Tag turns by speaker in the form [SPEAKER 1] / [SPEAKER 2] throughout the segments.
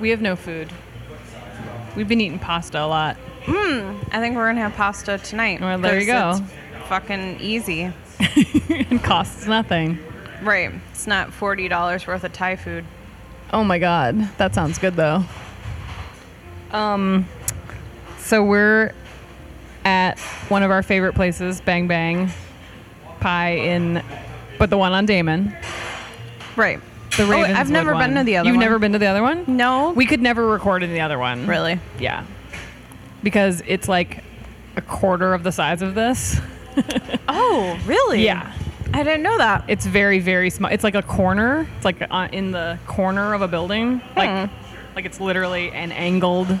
[SPEAKER 1] We have no food. We've been eating pasta a lot.
[SPEAKER 2] I think we're gonna have pasta tonight.
[SPEAKER 1] Well, there you
[SPEAKER 2] 'cause
[SPEAKER 1] go.
[SPEAKER 2] it's fucking easy.
[SPEAKER 1] it costs nothing.
[SPEAKER 2] Right. It's not forty dollars worth of Thai food.
[SPEAKER 1] Oh my god, that sounds good though. Um, so we're at one of our favorite places, Bang Bang Pie in, but the one on Damon.
[SPEAKER 2] Right.
[SPEAKER 1] The
[SPEAKER 2] Oh,
[SPEAKER 1] Ravenswood
[SPEAKER 2] I've never
[SPEAKER 1] one.
[SPEAKER 2] been to the other
[SPEAKER 1] You've
[SPEAKER 2] one.
[SPEAKER 1] never been to the other one?
[SPEAKER 2] No.
[SPEAKER 1] We could never record in the other one.
[SPEAKER 2] really.
[SPEAKER 1] Yeah. Because it's like a quarter of the size of this.
[SPEAKER 2] Oh, really?
[SPEAKER 1] Yeah.
[SPEAKER 2] I didn't know that.
[SPEAKER 1] It's very very small. It's like a corner. It's like uh, in the corner of a building. Like like it's literally an angled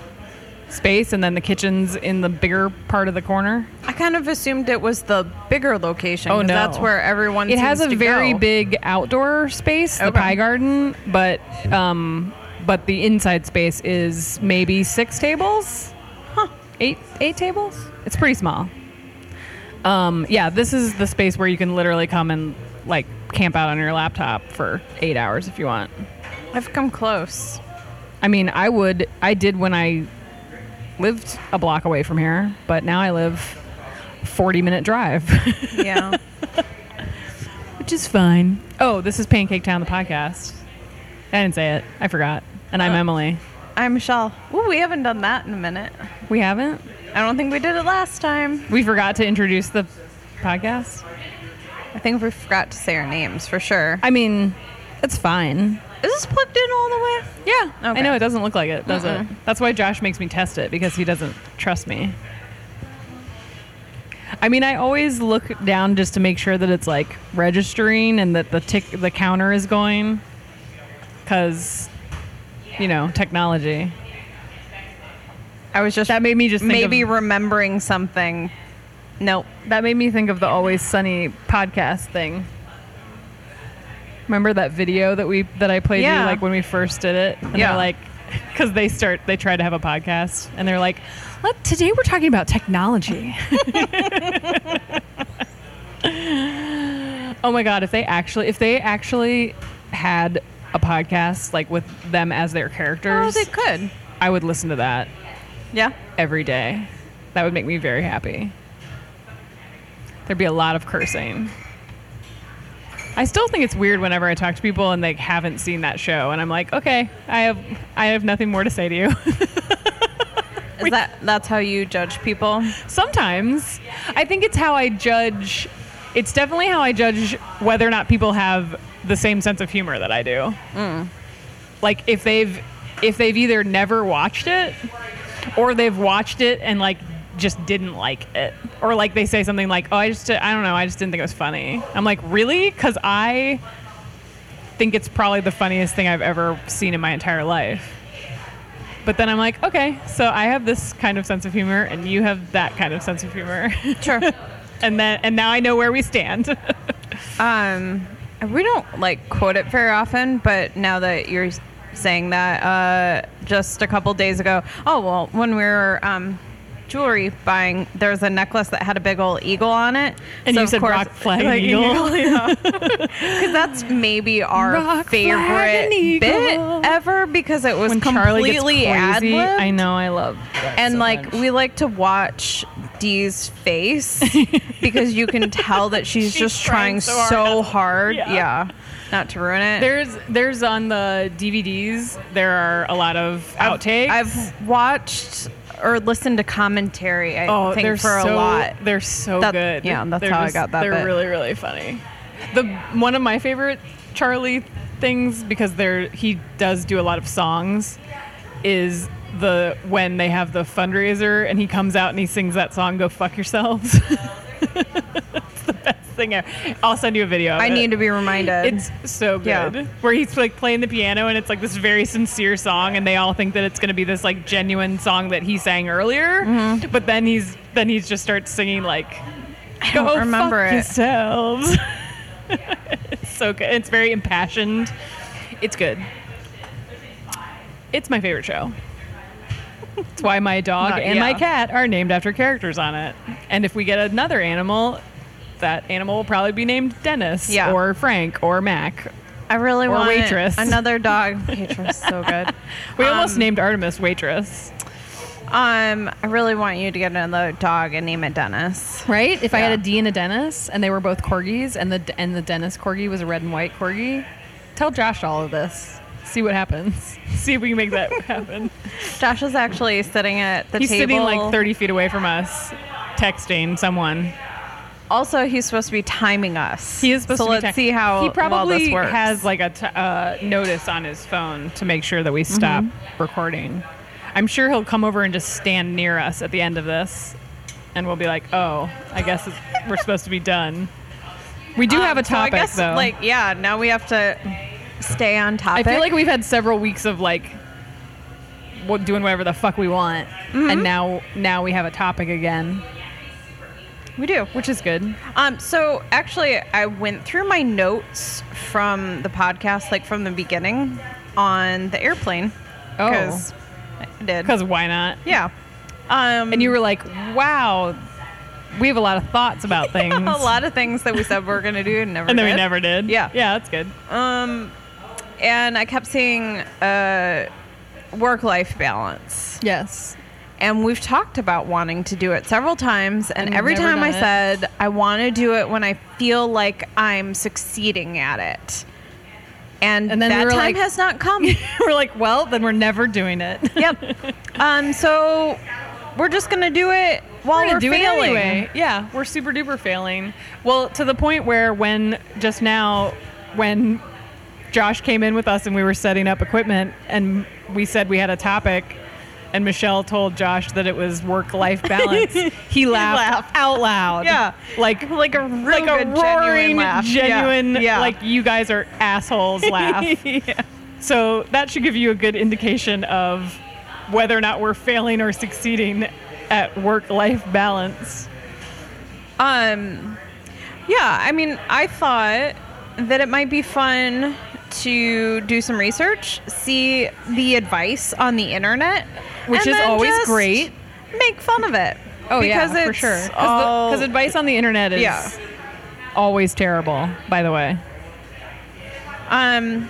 [SPEAKER 1] space and then the kitchen's in the bigger part of the corner.
[SPEAKER 2] I kind of assumed it was the bigger location.
[SPEAKER 1] Oh,
[SPEAKER 2] 'cause
[SPEAKER 1] no.
[SPEAKER 2] That's where everyone.
[SPEAKER 1] It has a
[SPEAKER 2] seems to
[SPEAKER 1] very
[SPEAKER 2] go.
[SPEAKER 1] big outdoor space, the
[SPEAKER 2] Okay.
[SPEAKER 1] pie garden, but um but the inside space is maybe 6 tables. Huh. 8 8 tables. It's pretty small. Um yeah, this is the space where you can literally come and like camp out on your laptop for 8 hours if you want.
[SPEAKER 2] I've come close.
[SPEAKER 1] I mean, I would. I did when I lived a block away from here, but now I live 40 minute drive,
[SPEAKER 2] Yeah.
[SPEAKER 1] which is fine. Oh, this is Pancake Town, the podcast. I didn't say it. I forgot. And I'm Emily.
[SPEAKER 2] I'm Michelle. Ooh, we haven't done that in a minute.
[SPEAKER 1] We haven't.
[SPEAKER 2] I don't think we did it last time.
[SPEAKER 1] We forgot to introduce the podcast.
[SPEAKER 2] I think we forgot to say our names for sure.
[SPEAKER 1] I mean, it's fine.
[SPEAKER 2] Is this plugged in all the way?
[SPEAKER 1] Yeah. I
[SPEAKER 2] Okay. Uh-uh.
[SPEAKER 1] know it doesn't look like it, does
[SPEAKER 2] Mm-mm.
[SPEAKER 1] it? That's why Josh makes me test it because he doesn't trust me. I mean, I always look down just to make sure that it's like registering and that the tick the counter is going cuz you know, technology.
[SPEAKER 2] I was just
[SPEAKER 1] That made me just think
[SPEAKER 2] maybe
[SPEAKER 1] of,
[SPEAKER 2] remembering something. Nope.
[SPEAKER 1] that made me think of the Always Sunny podcast thing. Remember that video that we that I played you
[SPEAKER 2] Yeah.
[SPEAKER 1] like when we first did it? And
[SPEAKER 2] Yeah.
[SPEAKER 1] they're like because they start they try to have a podcast and they're like, Let, today we're talking about technology. oh my god, if they actually if they actually had a podcast like with them as their
[SPEAKER 2] Oh,
[SPEAKER 1] characters,
[SPEAKER 2] they could.
[SPEAKER 1] I would listen to that
[SPEAKER 2] Yeah.
[SPEAKER 1] every day. That would make me very happy. There'd be a lot of cursing. I still think it's weird whenever I talk to people and they haven't seen that show, and I'm like, okay, I have, I have nothing more to say to you.
[SPEAKER 2] Is that that's how you judge people?
[SPEAKER 1] Sometimes, I think it's how I judge. It's definitely how I judge whether or not people have the same sense of humor that I do. Like if they've, if they've either never watched it, or they've watched it and like just didn't like it, or like they say something like, "Oh, I just, I don't know, I just didn't think it was funny." I'm like, really? Because I think it's probably the funniest thing I've ever seen in my entire life. But then I'm like, okay, so I have this kind of sense of humor, and you have that kind of sense of humor,
[SPEAKER 2] Sure.
[SPEAKER 1] and then and now I know where we stand.
[SPEAKER 2] um, we don't like quote it very often, but now that you're saying that, uh, just a couple days ago, oh well, when we were um, jewelry buying, there was a necklace that had a big old eagle on it,
[SPEAKER 1] And you
[SPEAKER 2] of
[SPEAKER 1] said rock, flag, and eagle.
[SPEAKER 2] yeah. 'Cause that's maybe our
[SPEAKER 1] Rock, flag,
[SPEAKER 2] favorite
[SPEAKER 1] and eagle.
[SPEAKER 2] bit ever because it was completely ad
[SPEAKER 1] crazy,
[SPEAKER 2] libbed
[SPEAKER 1] I know I love. That
[SPEAKER 2] and
[SPEAKER 1] so
[SPEAKER 2] like
[SPEAKER 1] much.
[SPEAKER 2] we like to watch Dee's face because you can tell that she's,
[SPEAKER 1] She's
[SPEAKER 2] just
[SPEAKER 1] trying
[SPEAKER 2] trying,
[SPEAKER 1] so
[SPEAKER 2] so
[SPEAKER 1] hard
[SPEAKER 2] hard,
[SPEAKER 1] not-
[SPEAKER 2] Yeah.
[SPEAKER 1] Yeah.
[SPEAKER 2] not to ruin it.
[SPEAKER 1] there's there's on the DVDs there are a lot of
[SPEAKER 2] I've-
[SPEAKER 1] outtakes.
[SPEAKER 2] I've watched or listened to commentary. I
[SPEAKER 1] oh,
[SPEAKER 2] think
[SPEAKER 1] they're
[SPEAKER 2] for
[SPEAKER 1] so,
[SPEAKER 2] a lot.
[SPEAKER 1] They're so
[SPEAKER 2] That-
[SPEAKER 1] good.
[SPEAKER 2] yeah, that's
[SPEAKER 1] They're
[SPEAKER 2] how I got that
[SPEAKER 1] They're
[SPEAKER 2] bit.
[SPEAKER 1] really really funny. The one of my favorite Charlie things because they're he does do a lot of songs is the when they have the fundraiser and he comes out and he sings that song "Go Fuck Yourselves." it's the best thing ever. I'll send you a video. Of
[SPEAKER 2] I
[SPEAKER 1] it.
[SPEAKER 2] need to be reminded.
[SPEAKER 1] It's so good.
[SPEAKER 2] Yeah.
[SPEAKER 1] Where he's like playing the piano and it's like this very sincere song and they all think that it's going to be this like genuine song that he sang earlier,
[SPEAKER 2] Mm-hmm.
[SPEAKER 1] but then he's then he just starts singing like
[SPEAKER 2] don't
[SPEAKER 1] "Go
[SPEAKER 2] remember
[SPEAKER 1] fuck
[SPEAKER 2] it."
[SPEAKER 1] yourselves. it's so good. It's very impassioned. It's good. It's my favorite show. It's why my dog
[SPEAKER 2] Not-
[SPEAKER 1] and my
[SPEAKER 2] yeah.
[SPEAKER 1] cat are named after characters on it. And if we get another animal, that animal will probably be named Dennis
[SPEAKER 2] Yeah.
[SPEAKER 1] or Frank or Mac
[SPEAKER 2] I really
[SPEAKER 1] Or
[SPEAKER 2] want
[SPEAKER 1] waitress.
[SPEAKER 2] another dog. Waitress, so good.
[SPEAKER 1] We almost
[SPEAKER 2] Um,
[SPEAKER 1] named Artemis waitress.
[SPEAKER 2] Um, I really want you to get another dog and name it Dennis.
[SPEAKER 3] Right? If I had a
[SPEAKER 2] Yeah.
[SPEAKER 3] D and a Dennis, and they were both corgis, and the and the Dennis corgi was a red and white corgi, tell Josh all of this. See what happens.
[SPEAKER 1] See if we can make that happen.
[SPEAKER 2] Josh is actually sitting at the
[SPEAKER 1] He's
[SPEAKER 2] table.
[SPEAKER 1] sitting like 30 feet away from us, texting someone.
[SPEAKER 2] Also, he's supposed to be timing us.
[SPEAKER 1] He is supposed
[SPEAKER 2] so
[SPEAKER 1] to. be
[SPEAKER 2] let's
[SPEAKER 1] text-
[SPEAKER 2] see how
[SPEAKER 1] he probably
[SPEAKER 2] well this works.
[SPEAKER 1] has like a t- uh, notice on his phone to make sure that we
[SPEAKER 2] Mm-hmm.
[SPEAKER 1] stop recording. I'm sure he'll come over and just stand near us at the end of this, and we'll be like, "Oh, I guess it's, we're supposed to be done." We do have a
[SPEAKER 2] Um, so I
[SPEAKER 1] topic
[SPEAKER 2] guess,
[SPEAKER 1] though.
[SPEAKER 2] Like, yeah, now we have to stay on
[SPEAKER 1] I
[SPEAKER 2] topic.
[SPEAKER 1] feel like we've had several weeks of like what, doing whatever the fuck we want, and
[SPEAKER 2] Mm-hmm.
[SPEAKER 1] now now we have a topic again,
[SPEAKER 2] we do.
[SPEAKER 1] which is good.
[SPEAKER 2] Um, so actually, I went through my notes from the podcast, like from the beginning, on the airplane.
[SPEAKER 1] Oh.
[SPEAKER 2] 'Cause I did.
[SPEAKER 1] Because why not?
[SPEAKER 2] yeah. Um,
[SPEAKER 1] And you were like, "Wow, we have a lot of thoughts about things."
[SPEAKER 2] a lot of things that we said we are gonna do and never.
[SPEAKER 1] And then
[SPEAKER 2] did.
[SPEAKER 1] we never did.
[SPEAKER 2] Yeah.
[SPEAKER 1] Yeah, that's good.
[SPEAKER 2] Um, and I kept seeing uh, work-life balance,
[SPEAKER 3] Yes.
[SPEAKER 2] and we've talked about wanting to do it several times. And,
[SPEAKER 3] And
[SPEAKER 2] every
[SPEAKER 3] never
[SPEAKER 2] time I
[SPEAKER 3] done it.
[SPEAKER 2] said I want to do it when I feel like I'm succeeding at it, and,
[SPEAKER 3] And then we
[SPEAKER 2] that
[SPEAKER 3] were
[SPEAKER 2] time
[SPEAKER 3] like-
[SPEAKER 2] has not come.
[SPEAKER 3] we're like, well, then we're never doing it.
[SPEAKER 2] yep. Um, so we're just gonna do it while we're,
[SPEAKER 1] gonna do it
[SPEAKER 2] failing.
[SPEAKER 1] anyway. Yeah, we're super duper failing. Well, to the point where when just now, when Josh came in with us and we were setting up equipment and we said we had a topic and Michelle told Josh that it was work life balance, he laughed,
[SPEAKER 2] laughed.
[SPEAKER 1] out loud.
[SPEAKER 2] Yeah.
[SPEAKER 1] Like
[SPEAKER 2] Like a real
[SPEAKER 1] like a
[SPEAKER 2] good
[SPEAKER 1] roaring,
[SPEAKER 2] genuine laugh. Yeah.
[SPEAKER 1] genuine,
[SPEAKER 2] Yeah.
[SPEAKER 1] like you guys are assholes laugh. So that should give you a good indication of whether or not we're failing or succeeding at work-life balance.
[SPEAKER 2] Um, yeah, I mean, I thought that it might be fun to do some research, see the advice on the internet,
[SPEAKER 3] Which
[SPEAKER 2] and
[SPEAKER 3] is
[SPEAKER 2] then
[SPEAKER 3] always
[SPEAKER 2] just
[SPEAKER 3] great.
[SPEAKER 2] Make fun of it.
[SPEAKER 3] Oh
[SPEAKER 2] because
[SPEAKER 3] yeah,
[SPEAKER 2] it's
[SPEAKER 3] for sure.
[SPEAKER 2] all-
[SPEAKER 1] Because advice on the internet is
[SPEAKER 2] Yeah.
[SPEAKER 1] always terrible. By the way,
[SPEAKER 2] um,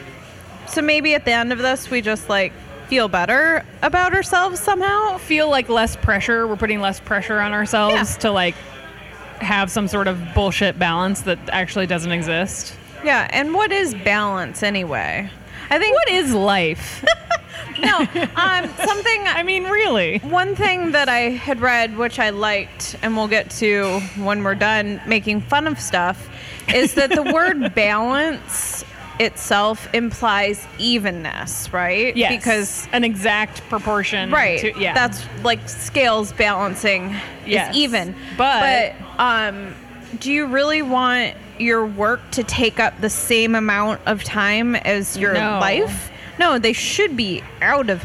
[SPEAKER 2] so maybe at the end of this, we just like feel better about ourselves somehow.
[SPEAKER 1] feel like less pressure. We're putting less pressure on ourselves
[SPEAKER 2] Yeah.
[SPEAKER 1] to like have some sort of bullshit balance that actually doesn't exist.
[SPEAKER 2] Yeah, and what is balance anyway? I think
[SPEAKER 1] What is life?
[SPEAKER 2] no um, something
[SPEAKER 1] I mean, really.
[SPEAKER 2] One thing that I had read, which I liked, and we'll get to when we're done making fun of stuff, is that the word balance itself implies evenness, right?
[SPEAKER 1] Yes.
[SPEAKER 2] Because
[SPEAKER 1] an exact proportion.
[SPEAKER 2] right,
[SPEAKER 1] To, yeah.
[SPEAKER 2] that's like scales balancing
[SPEAKER 1] Yes.
[SPEAKER 2] is even.
[SPEAKER 1] But-
[SPEAKER 2] but um, do you really want your work to take up the same amount of time as your
[SPEAKER 1] No.
[SPEAKER 2] life? No, they should be out of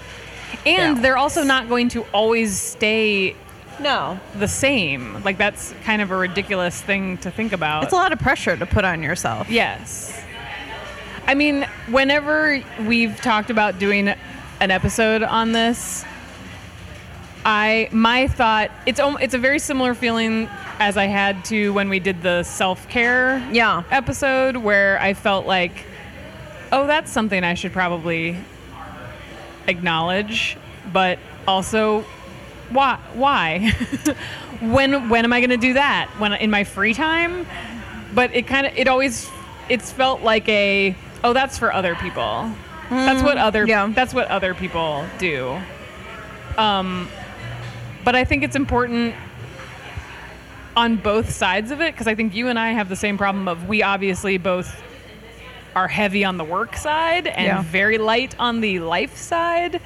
[SPEAKER 1] and
[SPEAKER 2] balance.
[SPEAKER 1] they're also not going to always stay
[SPEAKER 2] no.
[SPEAKER 1] the same. Like that's kind of a ridiculous thing to think about.
[SPEAKER 2] It's a lot of pressure to put on yourself.
[SPEAKER 1] Yes. I mean, whenever we've talked about doing an episode on this, I my thought it's al- it's a very similar feeling as I had to when we did the self-care
[SPEAKER 2] Yeah.
[SPEAKER 1] episode where I felt like oh, that's something I should probably acknowledge, but also why why? when when am I going to do that? When in my free time? but it kind of it always it's felt like a oh that's for other people that's what other
[SPEAKER 2] Mm, yeah.
[SPEAKER 1] that's what other people do um but i think it's important on both sides of it because i think you and i have the same problem of we obviously both are heavy on the work side and
[SPEAKER 2] Yeah. Mm-hmm.
[SPEAKER 1] very light on the life side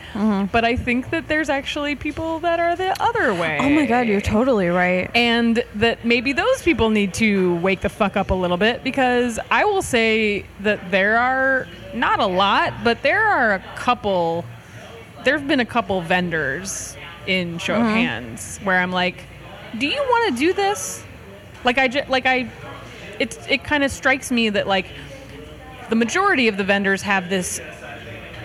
[SPEAKER 1] but i think that there's actually people that are the other way
[SPEAKER 2] Oh my god, you're totally right.
[SPEAKER 1] and that maybe those people need to wake the fuck up a little bit because I will say that there are not a lot, but there are a couple. There have been a couple vendors in show of hands where I'm like, "Do you want to do this?" Like I ju- like I, it's it kind of strikes me that like the majority of the vendors have this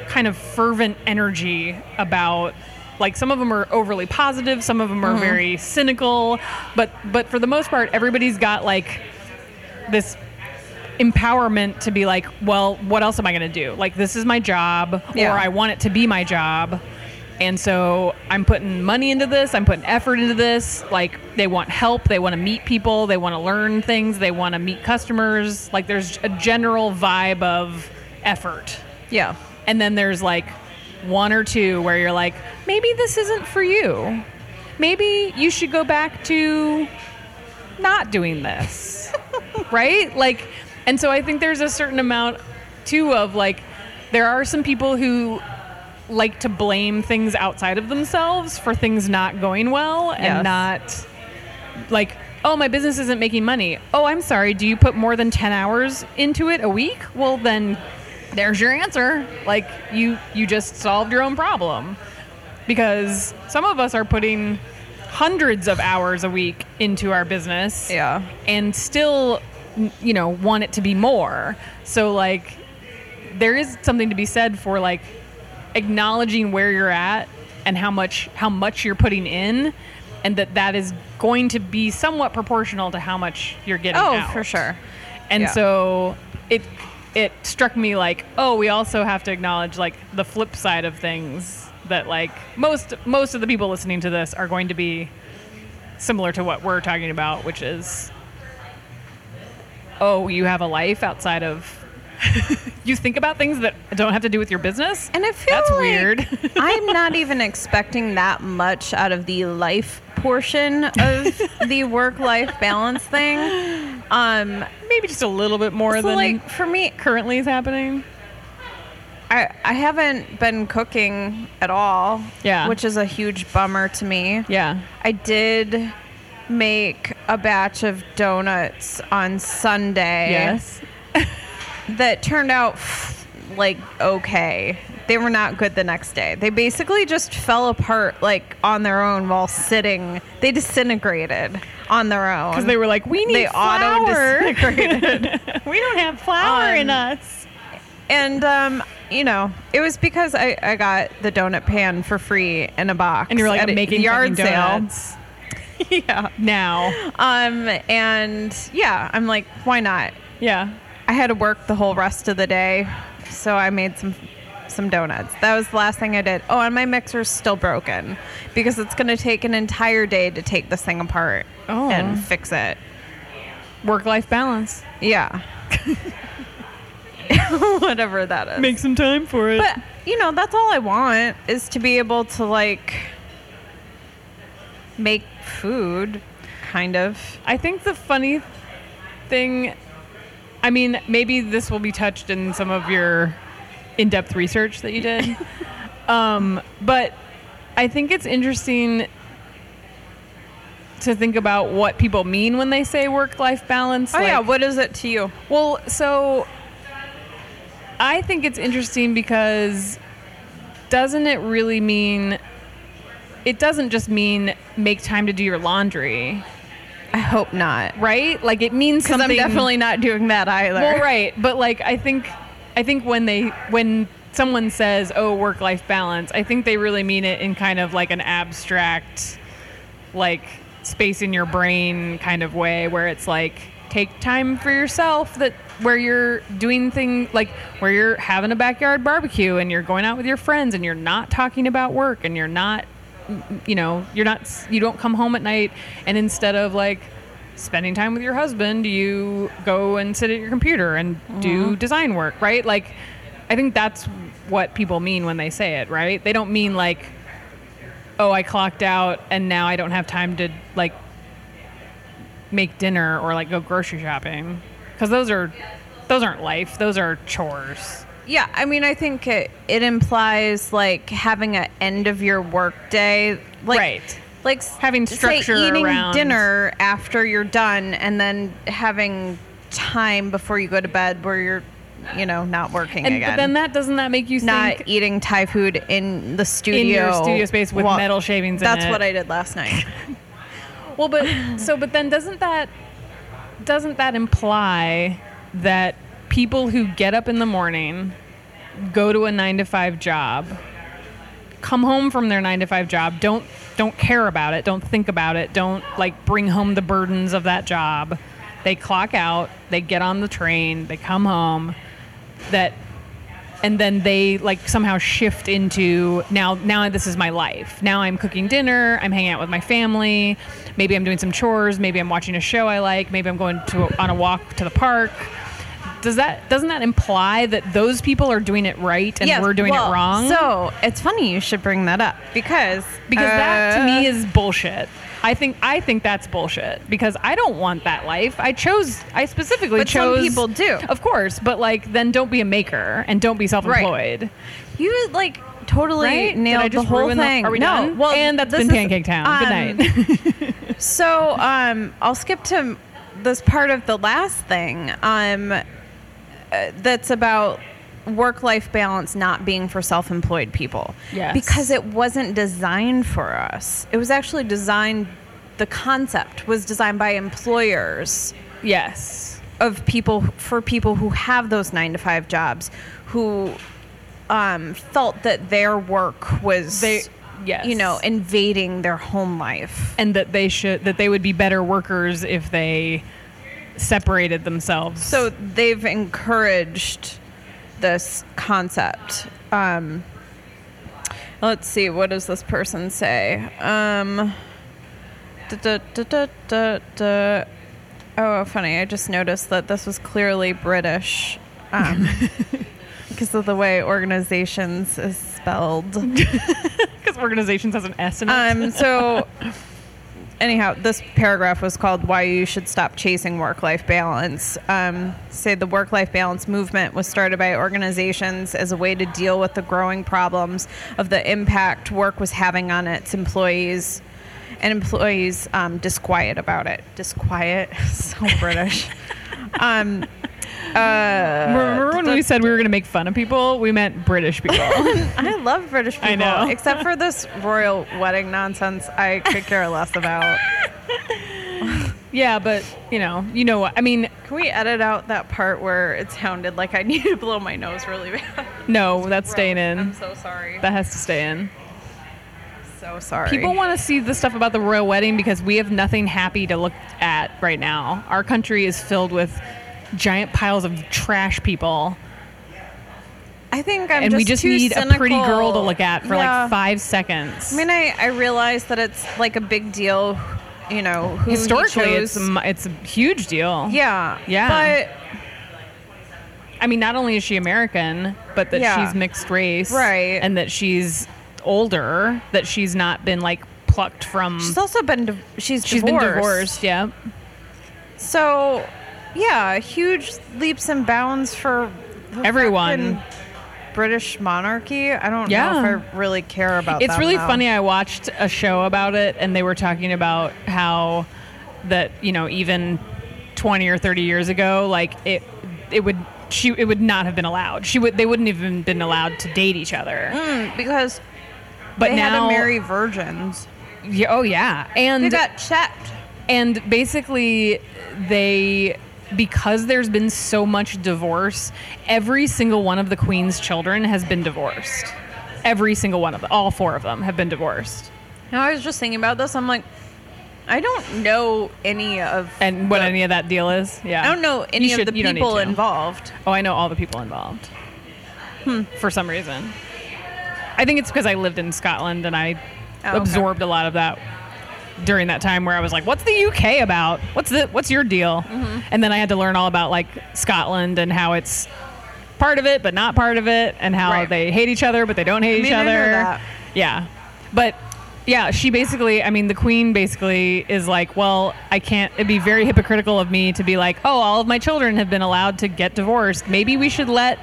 [SPEAKER 1] kind of fervent energy about like some of them are overly positive some of them are very cynical but but for the most part everybody's got like this empowerment to be like, well, what else am I going to do? Like, this is my job,
[SPEAKER 2] Yeah.
[SPEAKER 1] or I want it to be my job. And so I'm putting money into this, I'm putting effort into this. Like, they want help, they want to meet people, they want to learn things, they want to meet customers. Like, there's a general vibe of effort.
[SPEAKER 2] Yeah.
[SPEAKER 1] And then there's like one or two where you're like, maybe this isn't for you. Maybe you should go back to not doing this. right? Like, and so I think there's a certain amount too of like, there are some people who like to blame things outside of themselves for things not going well
[SPEAKER 2] Yes.
[SPEAKER 1] and not like, oh, my business isn't making money. Oh, I'm sorry. Do you put more than 10 hours into it a week? Well, then there's your answer. Like you you just solved your own problem. Because some of us are putting hundreds of hours a week into our business
[SPEAKER 2] Yeah.
[SPEAKER 1] and still n- you know want it to be more. So like there is something to be said for like acknowledging where you're at and how much how much you're putting in and that that is going to be somewhat proportional to how much you're getting
[SPEAKER 2] Oh,
[SPEAKER 1] out.
[SPEAKER 2] for sure.
[SPEAKER 1] And
[SPEAKER 2] Yeah.
[SPEAKER 1] so it it struck me like, oh, we also have to acknowledge like the flip side of things that like most most of the people listening to this are going to be similar to what we're talking about, which is oh, you have a life outside of you think about things that don't have to do with your business.
[SPEAKER 2] And I feel
[SPEAKER 1] that's
[SPEAKER 2] like
[SPEAKER 1] weird.
[SPEAKER 2] I'm not even expecting that much out of the life portion of the work-life balance thing. Um,
[SPEAKER 1] Maybe just a little bit more
[SPEAKER 2] so
[SPEAKER 1] than
[SPEAKER 2] like for me,
[SPEAKER 1] currently is happening.
[SPEAKER 2] I, I haven't been cooking at all.
[SPEAKER 1] Yeah.
[SPEAKER 2] Which is a huge bummer to me.
[SPEAKER 1] Yeah.
[SPEAKER 2] I did make a batch of donuts on Sunday.
[SPEAKER 1] Yes.
[SPEAKER 2] That turned out f- like okay. They were not good the next day. They basically just fell apart like on their own while sitting. They disintegrated on their own.
[SPEAKER 1] Because they were like, we need
[SPEAKER 2] They auto
[SPEAKER 1] flour. we don't have flour in us.
[SPEAKER 2] and um, you know, it was because I, I got the donut pan for free in a box.
[SPEAKER 1] And you're like,
[SPEAKER 2] at a
[SPEAKER 1] I'm making
[SPEAKER 2] yard
[SPEAKER 1] fucking
[SPEAKER 2] sale.
[SPEAKER 1] donuts
[SPEAKER 2] yeah.
[SPEAKER 1] now.
[SPEAKER 2] Um, and yeah, I'm like, why not?
[SPEAKER 1] Yeah.
[SPEAKER 2] I had to work the whole rest of the day, so I made some some donuts. That was the last thing I did. Oh, and my mixer's still broken because it's going to take an entire day to take this thing apart
[SPEAKER 1] Oh.
[SPEAKER 2] and fix it.
[SPEAKER 1] Work life balance.
[SPEAKER 2] Yeah. Whatever that is.
[SPEAKER 1] Make some time for it.
[SPEAKER 2] but you know, that's all I want is to be able to like make food kind of.
[SPEAKER 1] I think the funny thing, I mean, maybe this will be touched in some of your in depth research that you did. um, but I think it's interesting to think about what people mean when they say work life balance.
[SPEAKER 2] oh yeah,
[SPEAKER 1] like-
[SPEAKER 2] what is it to you?
[SPEAKER 1] Well, so I think it's interesting because doesn't it really mean it doesn't just mean make time to do your laundry,
[SPEAKER 2] I hope not.
[SPEAKER 1] right? Like it means
[SPEAKER 2] Because I'm
[SPEAKER 1] something
[SPEAKER 2] definitely not doing that either.
[SPEAKER 1] Well, right, but like I think I think when they when someone says, "Oh, work-life balance," I think they really mean it in kind of like an abstract like space in your brain kind of way where it's like take time for yourself that where you're doing thing like where you're having a backyard barbecue and you're going out with your friends and you're not talking about work and you're not you know you're not you don't come home at night and instead of like spending time with your husband you go and sit at your computer and do design work right like i think that's what people mean when they say it right they don't mean like oh i clocked out and now i don't have time to like make dinner or like go grocery shopping because those are those aren't life those are chores
[SPEAKER 2] Yeah, I mean, I think it, it implies like having an end of your work day, like,
[SPEAKER 1] Right.
[SPEAKER 2] Like s-
[SPEAKER 1] Having
[SPEAKER 2] say
[SPEAKER 1] structure
[SPEAKER 2] eating
[SPEAKER 1] around-
[SPEAKER 2] dinner after you're done, and then having time before you go to bed where you're, you know, not working
[SPEAKER 1] and
[SPEAKER 2] again.
[SPEAKER 1] but then that doesn't that make you
[SPEAKER 2] not
[SPEAKER 1] think
[SPEAKER 2] eating Thai food in the studio,
[SPEAKER 1] in your studio space with
[SPEAKER 2] while-
[SPEAKER 1] metal shavings in
[SPEAKER 2] That's
[SPEAKER 1] it.
[SPEAKER 2] what I did last night.
[SPEAKER 1] Well, but so but then doesn't that doesn't that imply that people who get up in the morning, go to a 9 to 5 job, come home from their 9 to 5 job, don't don't care about it, don't think about it, don't like bring home the burdens of that job. they clock out, they get on the train, they come home, that and then they like somehow shift into now now this is my life now i'm cooking dinner i'm hanging out with my family maybe i'm doing some chores maybe i'm watching a show i like maybe i'm going to on a walk to the park does that doesn't that imply that those people are doing it right and
[SPEAKER 2] Yes,
[SPEAKER 1] we're doing
[SPEAKER 2] well,
[SPEAKER 1] it wrong
[SPEAKER 2] So it's funny you should bring that up because
[SPEAKER 1] because that to me
[SPEAKER 2] uh,
[SPEAKER 1] is bullshit i think i think that's bullshit because i don't want that life i chose i specifically
[SPEAKER 2] But some
[SPEAKER 1] chose
[SPEAKER 2] people do.
[SPEAKER 1] of course but like then don't be a maker and don't be self-employed
[SPEAKER 2] you like totally
[SPEAKER 1] Right? Did
[SPEAKER 2] nailed
[SPEAKER 1] I just
[SPEAKER 2] the whole
[SPEAKER 1] ruin the-
[SPEAKER 2] thing.
[SPEAKER 1] are we
[SPEAKER 2] no,
[SPEAKER 1] done?
[SPEAKER 2] well,
[SPEAKER 1] And that's
[SPEAKER 2] this
[SPEAKER 1] been
[SPEAKER 2] is- um,
[SPEAKER 1] Pancake Town. Good night.
[SPEAKER 2] So um, I'll skip to this part of the last thing um, uh, that's about work life balance not being for self employed people.
[SPEAKER 3] Yes.
[SPEAKER 2] Because it wasn't designed for us. It was actually designed, the concept was designed by employers
[SPEAKER 1] Yes.
[SPEAKER 2] of people for people who have those nine to five jobs who um, felt that their work was
[SPEAKER 1] They- yes.
[SPEAKER 2] you know invading their home life
[SPEAKER 1] And that they should that they would be better workers if they separated themselves.
[SPEAKER 2] So they've encouraged this concept. Um, let's see, what does this person say? Um, da, da, da, da, da, da. Oh, funny. I just noticed that this was clearly British um, because of the way organizations is spelled.
[SPEAKER 1] because organizations has an S in it.
[SPEAKER 2] Um, so, anyhow, this paragraph was called Why You Should Stop Chasing Work Life Balance. Um, say the work life balance movement was started by organizations as a way to deal with the growing problems of the impact work was having on its employees. And employees um, disquiet about it. Disquiet, so British. um,
[SPEAKER 1] Remember when we said we were going to make fun of people? We meant British people.
[SPEAKER 2] I love British people,
[SPEAKER 1] I know.
[SPEAKER 2] except for this royal wedding nonsense. I could care less about.
[SPEAKER 1] yeah, but you know, you know what? I mean,
[SPEAKER 2] Can we edit out that part where it sounded like I needed to blow my nose really bad?
[SPEAKER 1] no, that's staying
[SPEAKER 2] I'm
[SPEAKER 1] in.
[SPEAKER 2] so sorry.
[SPEAKER 1] That has to stay in.
[SPEAKER 2] so sorry.
[SPEAKER 1] People want to see the stuff about the royal wedding because we have nothing happy to look at right now. Our country is filled with giant piles of trash people
[SPEAKER 2] I think I'm
[SPEAKER 1] and
[SPEAKER 2] just
[SPEAKER 1] we just
[SPEAKER 2] too
[SPEAKER 1] need a pretty
[SPEAKER 2] cynical.
[SPEAKER 1] girl to look at for
[SPEAKER 2] Yeah.
[SPEAKER 1] like five seconds.
[SPEAKER 2] I mean, I, I realize that it's like a big deal, you know. Who he
[SPEAKER 1] Historically,
[SPEAKER 2] chose.
[SPEAKER 1] it's a, mu- it's a huge deal.
[SPEAKER 2] yeah,
[SPEAKER 1] Yeah. I mean, not only is she American, but that
[SPEAKER 2] Yeah.
[SPEAKER 1] she's mixed race,
[SPEAKER 2] Right.
[SPEAKER 1] And that she's older, that she's not been like plucked from.
[SPEAKER 2] But she's also been div- she's
[SPEAKER 1] she's been
[SPEAKER 2] divorced.
[SPEAKER 1] divorced. Yeah.
[SPEAKER 2] So, yeah, huge leaps and bounds for the
[SPEAKER 1] Everyone.
[SPEAKER 2] fucking British monarchy. I don't know
[SPEAKER 1] Yeah.
[SPEAKER 2] if I really care about.
[SPEAKER 1] It's
[SPEAKER 2] them,
[SPEAKER 1] really
[SPEAKER 2] though.
[SPEAKER 1] funny. I watched a show about it, and they were talking about how that you know even twenty or thirty years ago, like it, it would she it would not have been allowed. She would they wouldn't even been allowed to date each other.
[SPEAKER 2] Mm, because
[SPEAKER 1] But
[SPEAKER 2] they
[SPEAKER 1] now,
[SPEAKER 2] had to marry virgins.
[SPEAKER 1] Yeah, oh yeah, and
[SPEAKER 2] They got checked.
[SPEAKER 1] and basically they because there's been so much divorce every single one of the queen's children has been divorced every single one of them all four of them have been divorced
[SPEAKER 2] Now I was just thinking about this. I'm like, I don't know any of.
[SPEAKER 1] and what any of that deal is yeah
[SPEAKER 2] I don't know any
[SPEAKER 1] You should-
[SPEAKER 2] of the
[SPEAKER 1] you don't need
[SPEAKER 2] people
[SPEAKER 1] to.
[SPEAKER 2] involved.
[SPEAKER 1] oh i know all the people involved
[SPEAKER 2] Hmm.
[SPEAKER 1] for some reason i think it's because i lived in scotland and i
[SPEAKER 2] Oh, okay.
[SPEAKER 1] absorbed a lot of that during that time where i was like what's the uk about what's the what's your deal
[SPEAKER 2] Mm-hmm.
[SPEAKER 1] and then i had to learn all about like scotland and how it's part of it but not part of it and how
[SPEAKER 2] Right.
[SPEAKER 1] they hate each other but they don't hate
[SPEAKER 2] mean,
[SPEAKER 1] each
[SPEAKER 2] I know
[SPEAKER 1] other
[SPEAKER 2] that.
[SPEAKER 1] yeah but yeah she basically i mean the queen basically is like well i can't it'd be very hypocritical of me to be like oh all of my children have been allowed to get divorced maybe we should let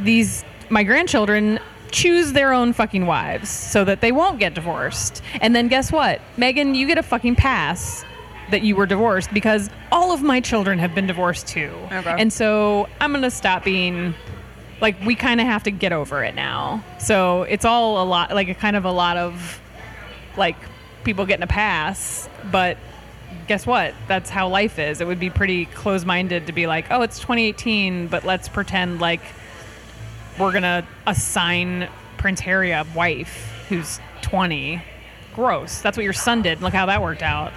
[SPEAKER 1] these my grandchildren choose their own fucking wives so that they won't get divorced. And then guess what? Megan, you get a fucking pass that you were divorced because all of my children have been divorced too.
[SPEAKER 2] Okay.
[SPEAKER 1] And so I'm going to stop being like we kind of have to get over it now. So it's all a lot like a kind of a lot of like people getting a pass, but guess what? That's how life is. It would be pretty close-minded to be like, "Oh, it's 2018, but let's pretend like we're gonna assign Prince Harry a wife who's 20. Gross. That's what your son did. Look how that worked out.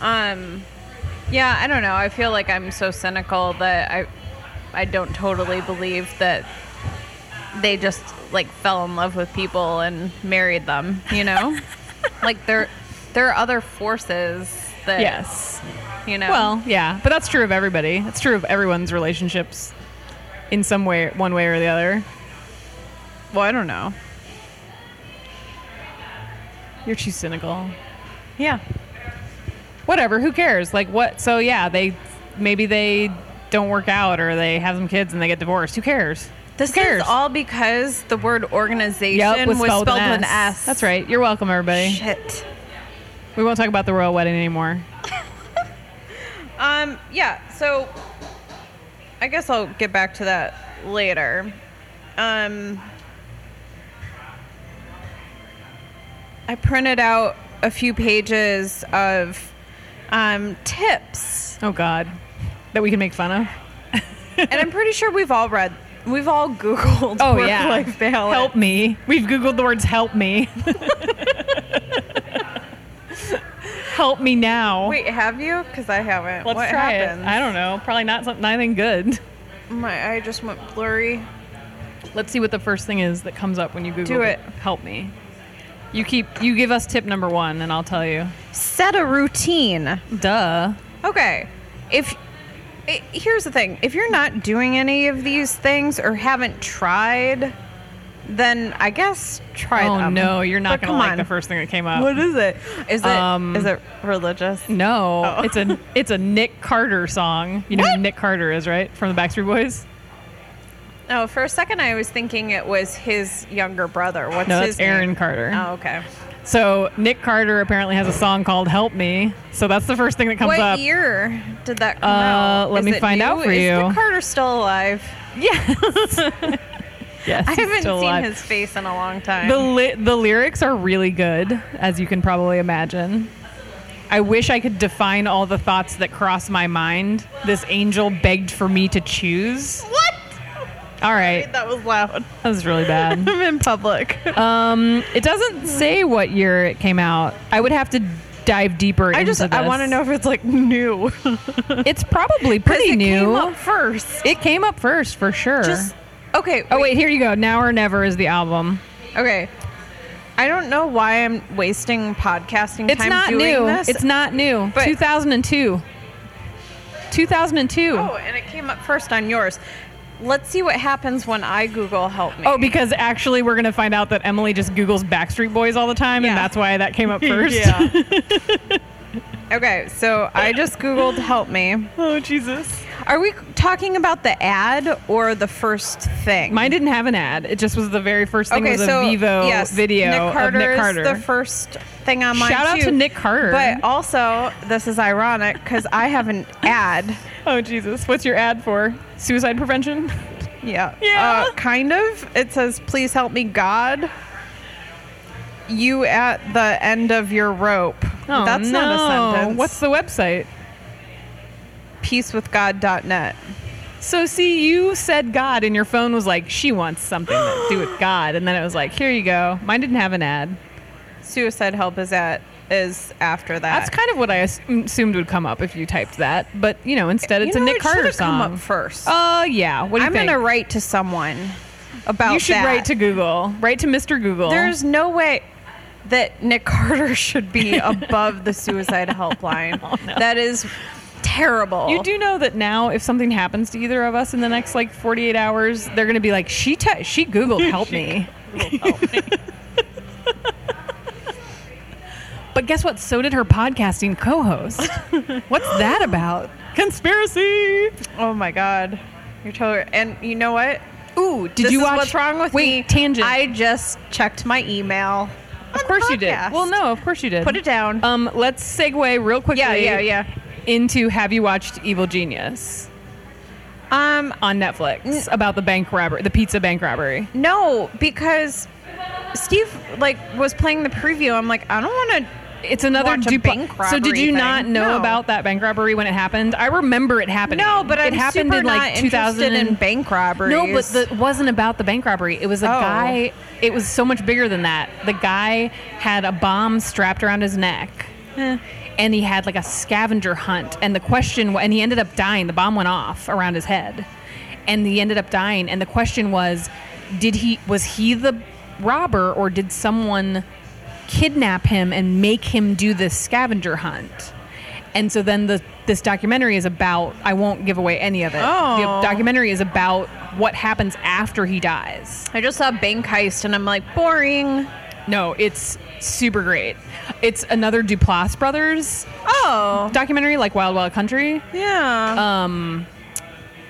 [SPEAKER 2] Um, yeah, I don't know. I feel like I'm so cynical that I, I don't totally believe that they just like fell in love with people and married them. You know, like there, there are other forces that
[SPEAKER 1] Yes.
[SPEAKER 2] you know.
[SPEAKER 1] Well, yeah, but that's true of everybody. That's true of everyone's relationships, in some way, one way or the other.
[SPEAKER 2] well, I don't know.
[SPEAKER 1] You're too cynical.
[SPEAKER 2] Yeah,
[SPEAKER 1] Whatever. Who cares? Like what? So yeah, they maybe they don't work out or they have some kids and they get divorced. Who cares?
[SPEAKER 2] this
[SPEAKER 1] Who cares?
[SPEAKER 2] is all because the word organization
[SPEAKER 1] Yep,
[SPEAKER 2] was, spelled,
[SPEAKER 1] an
[SPEAKER 2] with an S.
[SPEAKER 1] That's right. You're welcome, everybody.
[SPEAKER 2] Shit.
[SPEAKER 1] We won't talk about the royal wedding anymore.
[SPEAKER 2] Um, yeah, so I guess I'll get back to that later. Um, I printed out a few pages of um, tips,
[SPEAKER 1] Oh God, that we can make fun of.
[SPEAKER 2] and I'm pretty sure we've all read, we've all Googled
[SPEAKER 1] Oh
[SPEAKER 2] work
[SPEAKER 1] yeah,
[SPEAKER 2] life balance.
[SPEAKER 1] help me. We've googled the words "help me." help me now.
[SPEAKER 2] Wait, have you? Because I haven't.
[SPEAKER 1] Let's
[SPEAKER 2] what
[SPEAKER 1] try
[SPEAKER 2] happened?
[SPEAKER 1] it. I don't know. Probably not something. Nothing good.
[SPEAKER 2] My eye just went blurry.
[SPEAKER 1] Let's see what the first thing is that comes up when you Google.
[SPEAKER 2] Do it.
[SPEAKER 1] Help me. You keep. You give us tip number one, and I'll tell you.
[SPEAKER 2] Set a routine.
[SPEAKER 1] Duh.
[SPEAKER 2] Okay. If i here's the thing, if you're not doing any of these things or haven't tried, then I guess try
[SPEAKER 1] Oh
[SPEAKER 2] them.
[SPEAKER 1] no, you're not
[SPEAKER 2] But
[SPEAKER 1] gonna
[SPEAKER 2] come
[SPEAKER 1] like
[SPEAKER 2] on.
[SPEAKER 1] the first thing that came up.
[SPEAKER 2] What is it? Is it is
[SPEAKER 1] Um,
[SPEAKER 2] it religious?
[SPEAKER 1] No,
[SPEAKER 2] Oh.
[SPEAKER 1] it's a it's a Nick Carter song. You know who
[SPEAKER 2] What?
[SPEAKER 1] Nick Carter is, right? From the Backstreet Boys.
[SPEAKER 2] No, Oh, for a second I was thinking it was his younger brother. What's
[SPEAKER 1] No,
[SPEAKER 2] his
[SPEAKER 1] that's Aaron
[SPEAKER 2] name?
[SPEAKER 1] Carter.
[SPEAKER 2] Oh, okay.
[SPEAKER 1] So Nick Carter apparently has a song called "Help Me." So that's the first thing that comes
[SPEAKER 2] what
[SPEAKER 1] up.
[SPEAKER 2] year did that come
[SPEAKER 1] Uh,
[SPEAKER 2] out?
[SPEAKER 1] let
[SPEAKER 2] Is
[SPEAKER 1] me
[SPEAKER 2] it
[SPEAKER 1] find
[SPEAKER 2] new?
[SPEAKER 1] out for
[SPEAKER 2] Is
[SPEAKER 1] you.
[SPEAKER 2] Nick Carter still alive?
[SPEAKER 1] Yes. yes.
[SPEAKER 2] I
[SPEAKER 1] he's
[SPEAKER 2] haven't
[SPEAKER 1] still
[SPEAKER 2] seen
[SPEAKER 1] alive.
[SPEAKER 2] his face in a long time.
[SPEAKER 1] The li- the lyrics are really good, as you can probably imagine. I wish I could define all the thoughts that cross my mind. This angel begged for me to choose.
[SPEAKER 2] what?
[SPEAKER 1] All right,
[SPEAKER 2] That was loud.
[SPEAKER 1] that was really bad.
[SPEAKER 2] I'm in public.
[SPEAKER 1] Um, it doesn't say what year it came out. I would have to dive deeper.
[SPEAKER 2] I
[SPEAKER 1] into
[SPEAKER 2] just I
[SPEAKER 1] this.
[SPEAKER 2] want to know if it's like new.
[SPEAKER 1] It's probably pretty
[SPEAKER 2] it
[SPEAKER 1] new.
[SPEAKER 2] Came up first.
[SPEAKER 1] It came up first for sure.
[SPEAKER 2] Just okay.
[SPEAKER 1] oh wait, here you go. Now or never is the album.
[SPEAKER 2] Okay. I don't know why I'm wasting podcasting
[SPEAKER 1] It's
[SPEAKER 2] time
[SPEAKER 1] not
[SPEAKER 2] doing
[SPEAKER 1] new.
[SPEAKER 2] this.
[SPEAKER 1] It's not new.
[SPEAKER 2] But-
[SPEAKER 1] 2002. 2002.
[SPEAKER 2] Oh, and it came up first on yours. Let's see what happens when I Google help me.
[SPEAKER 1] Oh, because actually, we're gonna find out that Emily just Google's Backstreet Boys all the time,
[SPEAKER 2] Yeah.
[SPEAKER 1] and that's why that came up first.
[SPEAKER 2] Yeah. okay, so I just Googled help me.
[SPEAKER 1] oh Jesus.
[SPEAKER 2] Are we talking about the ad or the first thing?
[SPEAKER 1] Mine didn't have an ad. It just was the very first thing
[SPEAKER 2] okay,
[SPEAKER 1] was a
[SPEAKER 2] so
[SPEAKER 1] Vivo
[SPEAKER 2] yes,
[SPEAKER 1] video
[SPEAKER 2] Nick Carter
[SPEAKER 1] of Nick Carter.
[SPEAKER 2] is the first thing on mine.
[SPEAKER 1] Shout out
[SPEAKER 2] too.
[SPEAKER 1] to Nick Carter.
[SPEAKER 2] But also, this is ironic because I have an ad.
[SPEAKER 1] oh Jesus, what's your ad for? Suicide prevention.
[SPEAKER 2] Yeah.
[SPEAKER 1] Yeah.
[SPEAKER 2] Uh, kind of. It says, please help me, God. You at the end of your rope.
[SPEAKER 1] Oh,
[SPEAKER 2] That's not a
[SPEAKER 1] no.
[SPEAKER 2] sentence.
[SPEAKER 1] What's the website?
[SPEAKER 2] peacewithgod.net?
[SPEAKER 1] So see, you said God, and your phone was like, "She wants something to do with God," and then it was like, "Here you go." Mine didn't have an ad.
[SPEAKER 2] Suicide help is at is after that.
[SPEAKER 1] That's kind of what I as- mm, assumed would come up if you typed that, but you know, instead it's
[SPEAKER 2] You
[SPEAKER 1] a
[SPEAKER 2] know,
[SPEAKER 1] Nick
[SPEAKER 2] it should've
[SPEAKER 1] Carter
[SPEAKER 2] come
[SPEAKER 1] song.
[SPEAKER 2] up first.
[SPEAKER 1] Oh yeah, what do you
[SPEAKER 2] I'm
[SPEAKER 1] think?
[SPEAKER 2] gonna write to someone about
[SPEAKER 1] you should
[SPEAKER 2] that.
[SPEAKER 1] write to Google. Write to Mr. Google.
[SPEAKER 2] There's no way that Nick Carter should be above the suicide helpline. That is terrible.
[SPEAKER 1] Oh, you do know that now, if something happens to either of us in the next like 48 hours, they're going to be like, she te- she Googled help me. but guess what? So did her podcasting co host. What's that about? Conspiracy.
[SPEAKER 2] Oh my god, you're totally. And you know what? Ooh, did
[SPEAKER 1] you watch-
[SPEAKER 2] What's wrong with
[SPEAKER 1] wait,
[SPEAKER 2] me?
[SPEAKER 1] tangent.
[SPEAKER 2] I just checked my email.
[SPEAKER 1] Of course you did.
[SPEAKER 2] podcast.
[SPEAKER 1] Well, no, of course you did.
[SPEAKER 2] Put it down.
[SPEAKER 1] Um, let's segue real quickly.
[SPEAKER 2] yeah, yeah, yeah.
[SPEAKER 1] Into Have You Watched Evil Genius
[SPEAKER 2] Um,
[SPEAKER 1] on Netflix about the bank robbery, the pizza bank robbery.
[SPEAKER 2] no, because Steve like was playing the preview. I'm like, I don't want to.
[SPEAKER 1] It's another
[SPEAKER 2] Watch a
[SPEAKER 1] dupli-
[SPEAKER 2] bank
[SPEAKER 1] So did
[SPEAKER 2] robbery
[SPEAKER 1] you
[SPEAKER 2] thing.
[SPEAKER 1] not know
[SPEAKER 2] No.
[SPEAKER 1] about that bank robbery when it happened? I remember it happening.
[SPEAKER 2] No, but
[SPEAKER 1] it
[SPEAKER 2] I'm
[SPEAKER 1] happened
[SPEAKER 2] super
[SPEAKER 1] in like
[SPEAKER 2] not
[SPEAKER 1] 2000
[SPEAKER 2] interested in
[SPEAKER 1] and-
[SPEAKER 2] bank robberies.
[SPEAKER 1] No, but the- it wasn't about the bank robbery. It was a
[SPEAKER 2] Oh.
[SPEAKER 1] guy. It was so much bigger than that. The guy had a bomb strapped around his neck.
[SPEAKER 2] Eh.
[SPEAKER 1] And he had like a scavenger hunt, and the question, wa- and he ended up dying. The bomb went off around his head, and he ended up dying. And the question was, did he was he the robber, or did someone kidnap him and make him do this scavenger hunt? And so then the this documentary is about. I won't give away any of it.
[SPEAKER 2] Oh.
[SPEAKER 1] The documentary is about what happens after he dies.
[SPEAKER 2] I just saw bank heist and I'm like, boring.
[SPEAKER 1] No, it's super great. It's another Duplass brothers
[SPEAKER 2] Oh,
[SPEAKER 1] documentary, like Wild Wild Country.
[SPEAKER 2] yeah.
[SPEAKER 1] Um,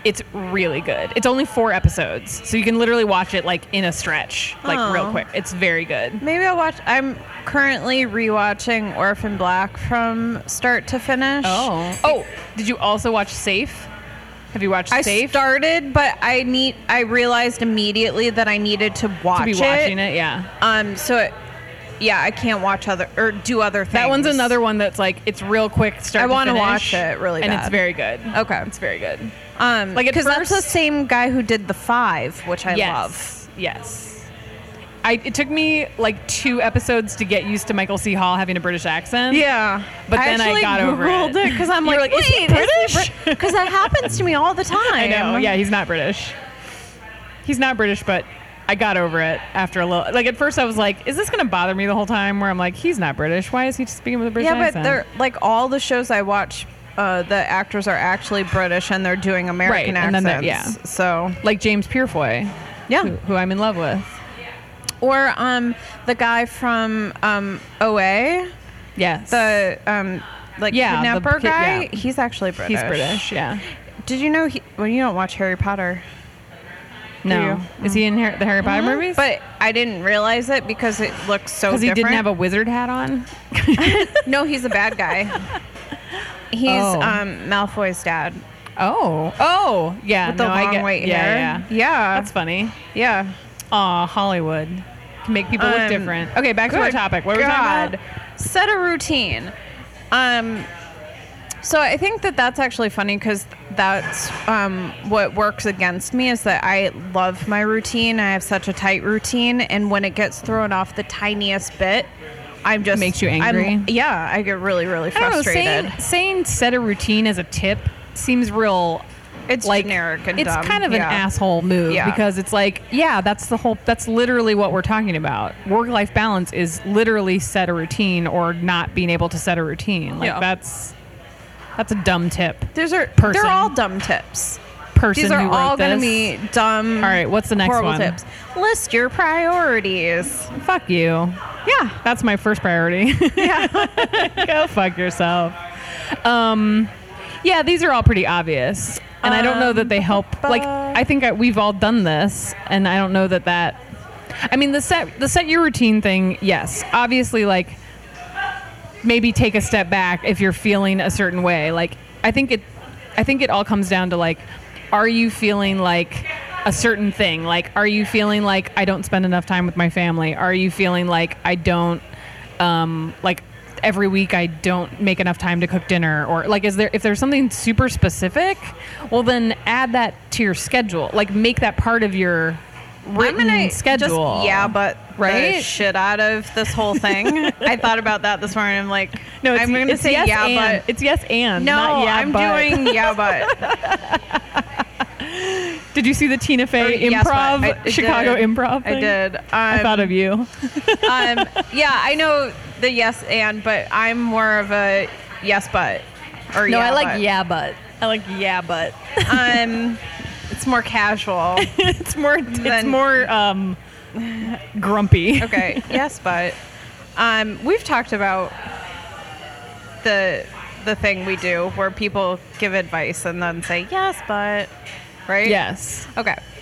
[SPEAKER 1] It's really good. It's only four episodes, so you can literally watch it like in a stretch, like
[SPEAKER 2] Oh.
[SPEAKER 1] real quick. It's very good.
[SPEAKER 2] Maybe I'll watch. I'm currently rewatching Orphan Black from start to finish.
[SPEAKER 1] Oh, did you also watch Safe? Have you watched
[SPEAKER 2] I
[SPEAKER 1] Safe?
[SPEAKER 2] started, but I need. I realized immediately that I needed to watch
[SPEAKER 1] to be
[SPEAKER 2] it.
[SPEAKER 1] watching it, yeah.
[SPEAKER 2] Um. So, it, yeah, I can't watch other or do other things.
[SPEAKER 1] That one's another one that's like it's real quick. Start.
[SPEAKER 2] I
[SPEAKER 1] want
[SPEAKER 2] wanna
[SPEAKER 1] to
[SPEAKER 2] watch
[SPEAKER 1] finish,
[SPEAKER 2] it really
[SPEAKER 1] and
[SPEAKER 2] bad.
[SPEAKER 1] it's very good.
[SPEAKER 2] Okay.
[SPEAKER 1] it's very good.
[SPEAKER 2] Um.
[SPEAKER 1] like,
[SPEAKER 2] Like
[SPEAKER 1] at
[SPEAKER 2] because that's the
[SPEAKER 1] first-
[SPEAKER 2] same guy who did the Five, which I love.
[SPEAKER 1] yes. Yes. I, it took me like two episodes to get used to Michael C. Hall having a British accent.
[SPEAKER 2] Yeah,
[SPEAKER 1] But then I
[SPEAKER 2] actually
[SPEAKER 1] got over
[SPEAKER 2] Googled
[SPEAKER 1] it.
[SPEAKER 2] because I'm
[SPEAKER 1] You
[SPEAKER 2] like,
[SPEAKER 1] were like, is he
[SPEAKER 2] wait, is
[SPEAKER 1] British?
[SPEAKER 2] Because that happens to me all the time.
[SPEAKER 1] I know. Yeah, he's not British. He's not British, but I got over it after a little. Like at first, I was like, "Is this going to bother me the whole time?" Where I'm like, "He's not British. Why is he speaking with a British
[SPEAKER 2] yeah, but
[SPEAKER 1] accent?"
[SPEAKER 2] they're like all the shows I watch. Uh, the actors are actually British and they're doing American
[SPEAKER 1] Right, and then
[SPEAKER 2] accents.
[SPEAKER 1] they're-
[SPEAKER 2] So
[SPEAKER 1] like James Purefoy, who,
[SPEAKER 2] yeah,
[SPEAKER 1] who I'm in love with.
[SPEAKER 2] or um, the guy from um, OA,
[SPEAKER 1] Yes,
[SPEAKER 2] the um, like
[SPEAKER 1] Yeah, the
[SPEAKER 2] kidnapper
[SPEAKER 1] kid-
[SPEAKER 2] guy.
[SPEAKER 1] yeah.
[SPEAKER 2] He's actually British.
[SPEAKER 1] he's British. Yeah.
[SPEAKER 2] Did you know? He, well, you don't watch Harry Potter. Hmm?
[SPEAKER 1] No, is he in Har- the Harry Potter movies?
[SPEAKER 2] Mm-hmm. But I didn't realize it because it looks so.
[SPEAKER 1] because
[SPEAKER 2] Because
[SPEAKER 1] he didn't have a wizard hat on.
[SPEAKER 2] No, he's a bad guy. He's
[SPEAKER 1] Oh.
[SPEAKER 2] um, Malfoy's dad
[SPEAKER 1] Oh, oh, yeah.
[SPEAKER 2] with the
[SPEAKER 1] no, I
[SPEAKER 2] long
[SPEAKER 1] get-
[SPEAKER 2] white
[SPEAKER 1] yeah,
[SPEAKER 2] hair.
[SPEAKER 1] Yeah,
[SPEAKER 2] yeah,
[SPEAKER 1] That's funny.
[SPEAKER 2] yeah.
[SPEAKER 1] Aw, Hollywood can make people
[SPEAKER 2] Um,
[SPEAKER 1] look different. Okay, back to our
[SPEAKER 2] Good
[SPEAKER 1] topic. What were we
[SPEAKER 2] God.
[SPEAKER 1] talking about?
[SPEAKER 2] Set a routine. Um, so I think that that's actually funny because that's um, what works against me is that I love my routine. I have such a tight routine, and when it gets thrown off the tiniest bit, I'm just
[SPEAKER 1] Makes you
[SPEAKER 2] I'm-
[SPEAKER 1] angry?
[SPEAKER 2] yeah, I get really, really
[SPEAKER 1] I don't know,
[SPEAKER 2] frustrated.
[SPEAKER 1] saying, saying set a routine as a tip seems real.
[SPEAKER 2] it's
[SPEAKER 1] like
[SPEAKER 2] generic and
[SPEAKER 1] it's
[SPEAKER 2] dumb.
[SPEAKER 1] kind of an
[SPEAKER 2] Yeah.
[SPEAKER 1] asshole move
[SPEAKER 2] Yeah.
[SPEAKER 1] because it's like, yeah, that's the whole. That's literally what we're talking about. Work life balance is literally set a routine or not being able to set a routine. Like
[SPEAKER 2] Yeah.
[SPEAKER 1] that's that's a dumb tip.
[SPEAKER 2] These are
[SPEAKER 1] person.
[SPEAKER 2] they're all dumb tips.
[SPEAKER 1] Person
[SPEAKER 2] These are
[SPEAKER 1] who wrote
[SPEAKER 2] all going to
[SPEAKER 1] this.
[SPEAKER 2] be dumb.
[SPEAKER 1] All right, what's the next
[SPEAKER 2] horrible
[SPEAKER 1] one?
[SPEAKER 2] tips. List your priorities.
[SPEAKER 1] Fuck you.
[SPEAKER 2] Yeah.
[SPEAKER 1] That's my first priority. Go fuck yourself. Um, yeah, these are all pretty obvious, and I don't know that
[SPEAKER 2] Um,
[SPEAKER 1] they help. Like, I think I, we've all done this, and I don't know that that. I mean, the set the set your routine thing. Yes, obviously, like maybe take a step back if you're feeling a certain way. Like, I think it, I think it all comes down to like, are you feeling like a certain thing? Like, are you feeling like I don't spend enough time with my family? Are you feeling like I don't um, like every week I don't make enough time to cook dinner or like is there if there's something super specific, well then add that to your schedule. Like make that part of your written schedule.
[SPEAKER 2] Just, yeah, but right?
[SPEAKER 1] Right?
[SPEAKER 2] shit out of this whole thing. I thought about that this morning. I'm like,
[SPEAKER 1] no, it's,
[SPEAKER 2] I'm going to
[SPEAKER 1] it's
[SPEAKER 2] say
[SPEAKER 1] yes
[SPEAKER 2] yeah,
[SPEAKER 1] and.
[SPEAKER 2] but
[SPEAKER 1] it's yes and
[SPEAKER 2] no,
[SPEAKER 1] not yeah,
[SPEAKER 2] I'm
[SPEAKER 1] but.
[SPEAKER 2] doing yeah, but
[SPEAKER 1] Did you see the Tina
[SPEAKER 2] Or
[SPEAKER 1] Fey
[SPEAKER 2] Oh, yes, but.
[SPEAKER 1] improv
[SPEAKER 2] I- I
[SPEAKER 1] Chicago
[SPEAKER 2] did.
[SPEAKER 1] improv?
[SPEAKER 2] I
[SPEAKER 1] thing?
[SPEAKER 2] did. Um,
[SPEAKER 1] I thought of you.
[SPEAKER 2] um, yeah, I know the yes and, but I'm more of a yes, but or yeah, but.
[SPEAKER 1] yeah, but I like yeah, but
[SPEAKER 2] Um, it's more casual.
[SPEAKER 1] it's more it's
[SPEAKER 2] Then-
[SPEAKER 1] more um, grumpy.
[SPEAKER 2] Okay. yes, but um, we've talked about the the thing we do where people give advice and then say yes, but right?
[SPEAKER 1] Yes,
[SPEAKER 2] Okay.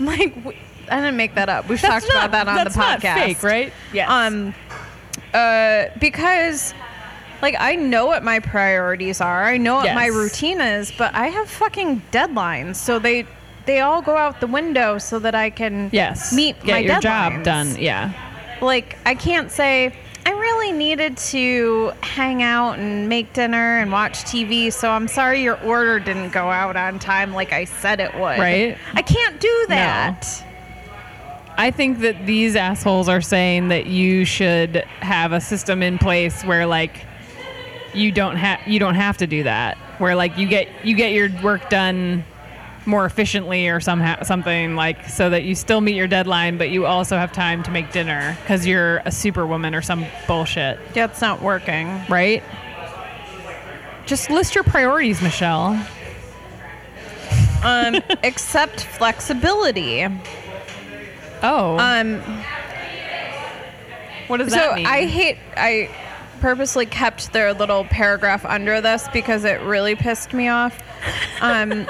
[SPEAKER 2] Like we, I didn't make that up. We've
[SPEAKER 1] That's
[SPEAKER 2] talked
[SPEAKER 1] not-
[SPEAKER 2] about that on
[SPEAKER 1] that's
[SPEAKER 2] the
[SPEAKER 1] not
[SPEAKER 2] podcast,
[SPEAKER 1] fake, right? Yes.
[SPEAKER 2] Um, uh, because like I know what my priorities are. I know what my
[SPEAKER 1] Yes.
[SPEAKER 2] routine is, but I have fucking deadlines, so they they all go out the window so that I can
[SPEAKER 1] yes.
[SPEAKER 2] meet
[SPEAKER 1] Get
[SPEAKER 2] my
[SPEAKER 1] your
[SPEAKER 2] deadlines.
[SPEAKER 1] job done. Yeah.
[SPEAKER 2] like I can't say I really needed to hang out and make dinner and watch TV, so I'm sorry your order didn't go out on time like I said it would.
[SPEAKER 1] Right.
[SPEAKER 2] I can't do that.
[SPEAKER 1] I think that these assholes are saying that you should have a system in place where like you don't have you don't have to do that. Where like you get you get your work done more efficiently or somehow something like so that you still meet your deadline, but you also have time to make dinner because you're a superwoman or some bullshit,
[SPEAKER 2] Yeah, it's not working.
[SPEAKER 1] right? Just list your priorities, Michelle.
[SPEAKER 2] Um, except flexibility.
[SPEAKER 1] Oh,
[SPEAKER 2] Um,
[SPEAKER 1] what does
[SPEAKER 2] so
[SPEAKER 1] that mean?
[SPEAKER 2] I hate. I purposely kept their little paragraph under this because it really pissed me off. Um,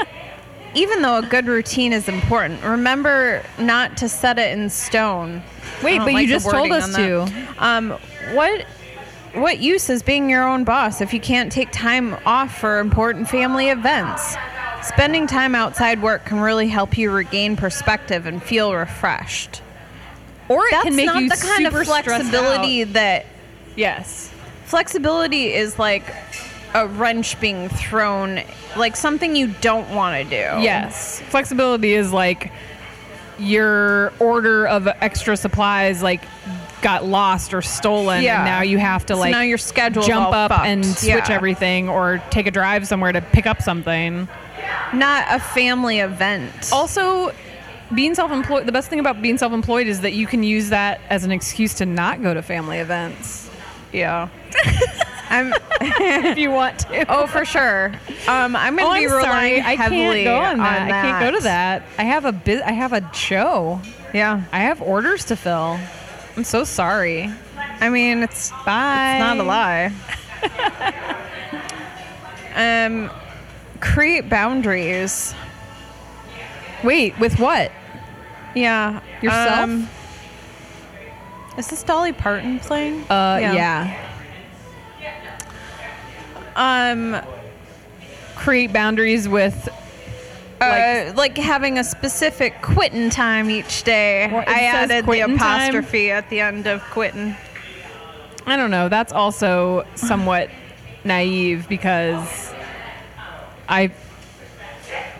[SPEAKER 2] even though a good routine is important, remember not to set it in stone.
[SPEAKER 1] Wait,
[SPEAKER 2] I don't
[SPEAKER 1] but you
[SPEAKER 2] like the
[SPEAKER 1] just told
[SPEAKER 2] wording
[SPEAKER 1] us
[SPEAKER 2] on that. Um, what what use is being your own boss if you can't take time off for important family events? Spending time outside work can really help you regain perspective and feel refreshed.
[SPEAKER 1] or it
[SPEAKER 2] That's
[SPEAKER 1] can make
[SPEAKER 2] not
[SPEAKER 1] you
[SPEAKER 2] the kind
[SPEAKER 1] super
[SPEAKER 2] of
[SPEAKER 1] stressed
[SPEAKER 2] flexibility
[SPEAKER 1] out.
[SPEAKER 2] that
[SPEAKER 1] Yes.
[SPEAKER 2] flexibility is like a wrench being thrown, like something you don't want to
[SPEAKER 1] Oh.
[SPEAKER 2] do.
[SPEAKER 1] Yes. Flexibility is like your order of extra supplies like got lost or stolen
[SPEAKER 2] Yeah.
[SPEAKER 1] and now you have to
[SPEAKER 2] So
[SPEAKER 1] like
[SPEAKER 2] now your schedule's
[SPEAKER 1] jump
[SPEAKER 2] all
[SPEAKER 1] up
[SPEAKER 2] fucked.
[SPEAKER 1] and switch
[SPEAKER 2] Yeah.
[SPEAKER 1] everything or take a drive somewhere to pick up something.
[SPEAKER 2] Not a family event.
[SPEAKER 1] Also being self-employed the best thing about being self-employed is that you can use that as an excuse to not go to family events
[SPEAKER 2] yeah. I'm,
[SPEAKER 1] if you want to.
[SPEAKER 2] oh, for sure. Um, I'm going to be relying
[SPEAKER 1] Oh, I
[SPEAKER 2] heavily
[SPEAKER 1] can't go on that.
[SPEAKER 2] on
[SPEAKER 1] I can't go to that. I have a bu- I have a show.
[SPEAKER 2] Yeah.
[SPEAKER 1] I have orders to fill. I'm so sorry.
[SPEAKER 2] I mean, it's
[SPEAKER 1] Bye.
[SPEAKER 2] It's not a lie. um, create boundaries.
[SPEAKER 1] Wait, with what?
[SPEAKER 2] Yeah.
[SPEAKER 1] Yourself?
[SPEAKER 2] Um, is this Dolly Parton playing?
[SPEAKER 1] Uh, yeah.
[SPEAKER 2] Um,
[SPEAKER 1] Create boundaries with.
[SPEAKER 2] uh, like, having a specific quitting time each day.
[SPEAKER 1] Well, it
[SPEAKER 2] I
[SPEAKER 1] says
[SPEAKER 2] added the
[SPEAKER 1] quitting time.
[SPEAKER 2] apostrophe at the end of quitting.
[SPEAKER 1] I don't know. That's also somewhat naive because I.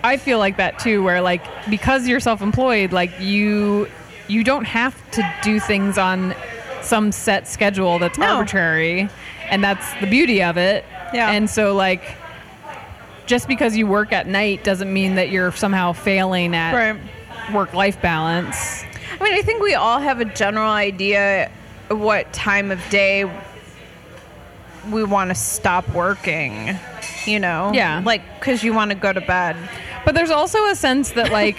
[SPEAKER 1] I feel like that too, where like because you're self-employed, like you, you don't have to do things on some set schedule that's
[SPEAKER 2] No.
[SPEAKER 1] arbitrary, and that's the beauty of it.
[SPEAKER 2] Yeah.
[SPEAKER 1] And so like, just because you work at night doesn't mean that you're somehow failing at
[SPEAKER 2] Right.
[SPEAKER 1] work-life balance.
[SPEAKER 2] I mean, I think we all have a general idea of what time of day we want to stop working, you know?
[SPEAKER 1] Yeah.
[SPEAKER 2] Like, because you want to go to bed.
[SPEAKER 1] But there's also a sense that like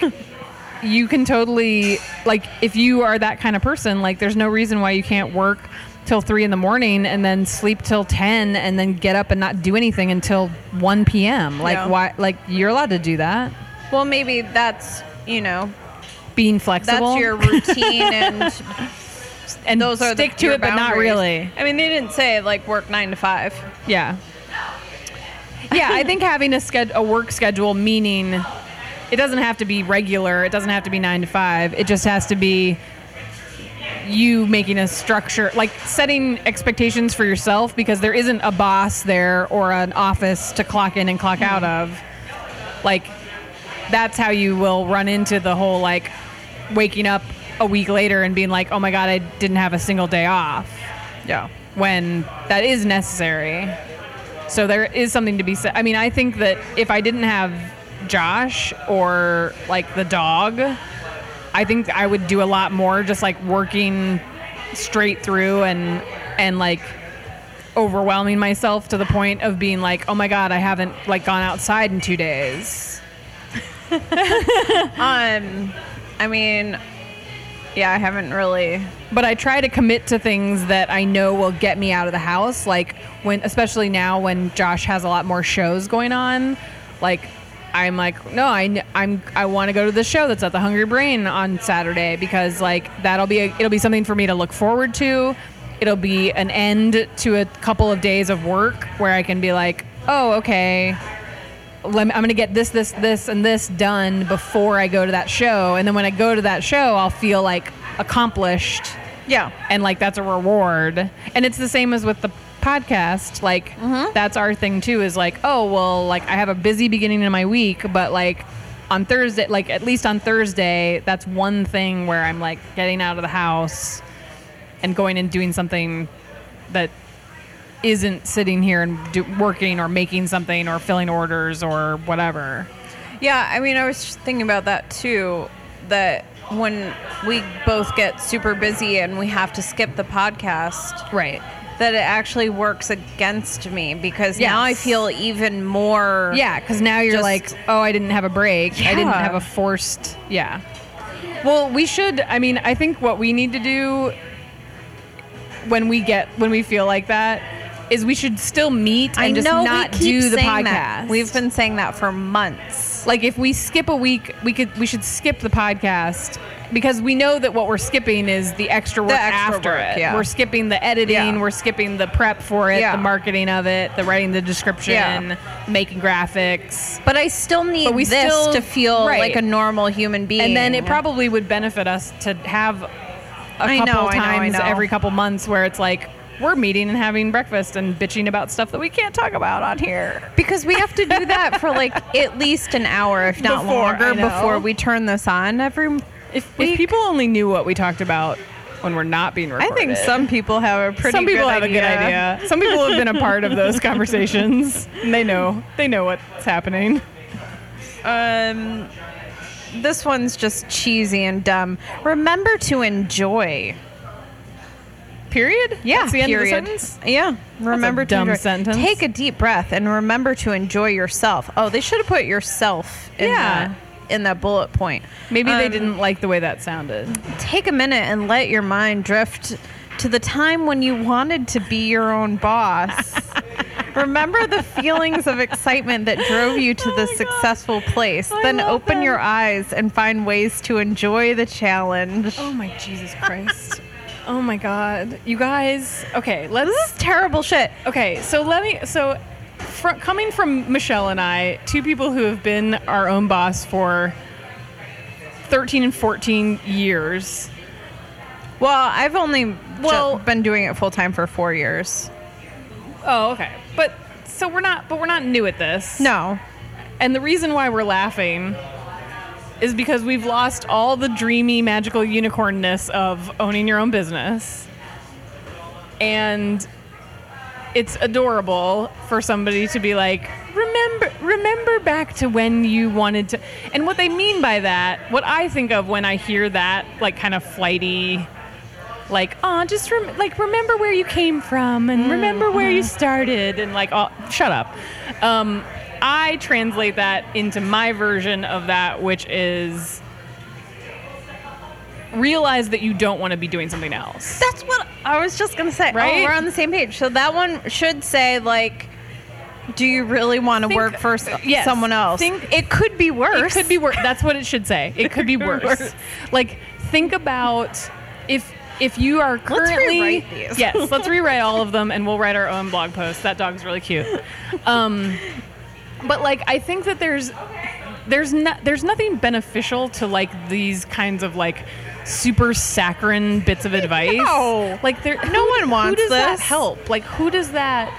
[SPEAKER 1] you can totally like if you are that kind of person, like there's no reason why you can't work till three in the morning and then sleep till ten and then get up and not do anything until one PM. Like
[SPEAKER 2] Yeah.
[SPEAKER 1] why like you're allowed to do that.
[SPEAKER 2] Well, maybe that's, you know,
[SPEAKER 1] Being
[SPEAKER 2] that's
[SPEAKER 1] flexible.
[SPEAKER 2] your routine and
[SPEAKER 1] and
[SPEAKER 2] those are the-
[SPEAKER 1] stick to
[SPEAKER 2] your
[SPEAKER 1] it but not
[SPEAKER 2] boundaries.
[SPEAKER 1] really.
[SPEAKER 2] I mean, they didn't say like work nine to five.
[SPEAKER 1] Yeah. Yeah, I think having a sched- a work schedule meaning it doesn't have to be regular, it doesn't have to be 9 to 5. It just has to be you making a structure, like setting expectations for yourself because there isn't a boss there or an office to clock in and clock out of. Like that's how you will run into the whole like waking up a week later and being like, "Oh my god, I didn't have a single day off."
[SPEAKER 2] Yeah.
[SPEAKER 1] when that is necessary. So there is something to be said. I mean, I think that if I didn't have Josh or like the dog, I think I would do a lot more just like working straight through and and like overwhelming myself to the point of being like, "Oh my god, I haven't like gone outside in 2 days."
[SPEAKER 2] Um, I mean, yeah, I haven't really.
[SPEAKER 1] but I try to commit to things that I know will get me out of the house. Like when, especially now when Josh has a lot more shows going on, like I'm like, no, I, kn- I'm, I want to go to the show that's at the Hungry Brain on Saturday because like that'll be, a, it'll be something for me to look forward to. It'll be an end to a couple of days of work where I can be like, oh, okay. Let me, I'm going to get this, this, this, and this done before I go to that show. And then when I go to that show, I'll feel like accomplished
[SPEAKER 2] Yeah.
[SPEAKER 1] and like that's a reward and it's the same as with the podcast like that's our thing too is like oh well like i have a busy beginning to my week but like on thursday like at least on thursday that's one thing where i'm like getting out of the house and going and doing something that isn't sitting here and do, working or making something or filling orders or whatever.
[SPEAKER 2] Yeah, I mean, I was just thinking about that too. That when we both get super busy and we have to skip the podcast,
[SPEAKER 1] Right.
[SPEAKER 2] that it actually works against me because now I
[SPEAKER 1] Yes.
[SPEAKER 2] feel even more.
[SPEAKER 1] Yeah, because now you're
[SPEAKER 2] Just-
[SPEAKER 1] like, oh, I didn't have a break. I didn't
[SPEAKER 2] Yeah.
[SPEAKER 1] have a forced. Yeah. Well, we should. I mean, I think what we need to do when we get when we feel like that is we should still meet and
[SPEAKER 2] I
[SPEAKER 1] just
[SPEAKER 2] know
[SPEAKER 1] not
[SPEAKER 2] we keep
[SPEAKER 1] do the podcast.
[SPEAKER 2] saying That. We've been saying that for months.
[SPEAKER 1] like if we skip a week, we could we should skip the podcast because we know that what we're skipping is the extra work
[SPEAKER 2] extra
[SPEAKER 1] after
[SPEAKER 2] work,
[SPEAKER 1] it.
[SPEAKER 2] yeah.
[SPEAKER 1] We're skipping the editing,
[SPEAKER 2] Yeah.
[SPEAKER 1] we're skipping the prep for it,
[SPEAKER 2] Yeah.
[SPEAKER 1] the marketing of it, the writing the description,
[SPEAKER 2] Yeah.
[SPEAKER 1] making graphics.
[SPEAKER 2] But I still need
[SPEAKER 1] But we
[SPEAKER 2] this
[SPEAKER 1] still-
[SPEAKER 2] to feel
[SPEAKER 1] right.
[SPEAKER 2] like a normal human being.
[SPEAKER 1] And then it probably would benefit us to have a
[SPEAKER 2] I
[SPEAKER 1] couple
[SPEAKER 2] know, I know, I
[SPEAKER 1] times
[SPEAKER 2] know.
[SPEAKER 1] every couple months where it's like we're meeting and having breakfast and bitching about stuff that we can't talk about on here.
[SPEAKER 2] because we have to do that for like at least an hour, if not
[SPEAKER 1] Before, I
[SPEAKER 2] longer,
[SPEAKER 1] know.
[SPEAKER 2] before we turn this on every.
[SPEAKER 1] If,
[SPEAKER 2] week.
[SPEAKER 1] if people only knew what we talked about when we're not being
[SPEAKER 2] I
[SPEAKER 1] recorded,
[SPEAKER 2] think some people have a pretty.
[SPEAKER 1] some people
[SPEAKER 2] good
[SPEAKER 1] have
[SPEAKER 2] idea.
[SPEAKER 1] a good idea. Some people have been a part of those conversations. And they know. They know what's happening.
[SPEAKER 2] Um, this one's just cheesy and dumb. Remember to enjoy.
[SPEAKER 1] Period.
[SPEAKER 2] Yeah,
[SPEAKER 1] That's the end
[SPEAKER 2] period.
[SPEAKER 1] of the sentence.
[SPEAKER 2] Yeah, remember
[SPEAKER 1] dumb
[SPEAKER 2] to enjoy.
[SPEAKER 1] sentence.
[SPEAKER 2] Take a deep breath and remember to enjoy yourself. Oh, they should have put yourself in
[SPEAKER 1] Yeah.
[SPEAKER 2] the, in that bullet point.
[SPEAKER 1] Maybe they
[SPEAKER 2] Um,
[SPEAKER 1] didn't like the way that sounded.
[SPEAKER 2] Take a minute and let your mind drift to the time when you wanted to be your own boss. remember the feelings of excitement that drove you to the successful place.
[SPEAKER 1] I
[SPEAKER 2] then
[SPEAKER 1] love
[SPEAKER 2] open
[SPEAKER 1] that.
[SPEAKER 2] your eyes and find ways to enjoy the challenge.
[SPEAKER 1] Oh my Jesus Christ. oh my God. You guys. Okay, let's.
[SPEAKER 2] This is terrible shit.
[SPEAKER 1] Okay, so let me. So, fr- coming from Michelle and I, two people who have been our own boss for 13 and 14 years.
[SPEAKER 2] Well, I've only well
[SPEAKER 1] Well-
[SPEAKER 2] been doing it full time for four years.
[SPEAKER 1] Oh, okay. But so we're not. But we're not new at this.
[SPEAKER 2] No,
[SPEAKER 1] And the reason why we're laughing is because we've lost all the dreamy, magical unicornness of owning your own business. And it's adorable for somebody to be like, remember remember back to when you wanted to and what they mean by that, what I think of when I hear that, like kind of flighty like, oh, just rem- like remember where you came from and remember where you started and like, oh, shut up. Um, I translate that into my version of that, which is realize that you don't want to be doing something else.
[SPEAKER 2] that's what I was just gonna say. Right,
[SPEAKER 1] Right?
[SPEAKER 2] we're on the same page. So that one should say like, "Do you really want to
[SPEAKER 1] Think-
[SPEAKER 2] work for s-
[SPEAKER 1] yes.
[SPEAKER 2] someone else?"
[SPEAKER 1] Think-
[SPEAKER 2] it could be worse.
[SPEAKER 1] It could be worse. That's what it should say. It could be worse.
[SPEAKER 2] Worse.
[SPEAKER 1] Like think about if if you are currently
[SPEAKER 2] rewrite these.
[SPEAKER 1] yes, let's rewrite all of them and we'll write our own blog post. That dog's really cute. Um, but like I think that there's there's not there's nothing beneficial to like these kinds of like super saccharine bits of advice.
[SPEAKER 2] No.
[SPEAKER 1] Like there
[SPEAKER 2] No one wants
[SPEAKER 1] who does that
[SPEAKER 2] this.
[SPEAKER 1] help? Like who does that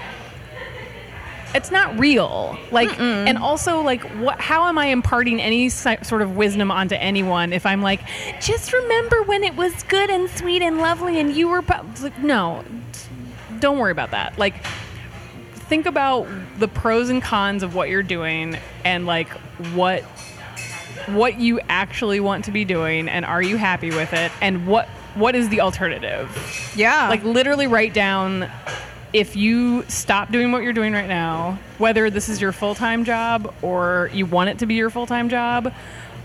[SPEAKER 1] it's not real like and also like what how am i imparting any si- sort of wisdom onto anyone if i'm like just remember when it was good and sweet and lovely and you were pu-" It's like no don't worry about that like think about the pros and cons of what you're doing and like what what you actually want to be doing and are you happy with it and what what is the alternative
[SPEAKER 2] yeah,
[SPEAKER 1] like literally write down if you stop doing what you're doing right now, whether this is your full time job or you want it to be your full time job.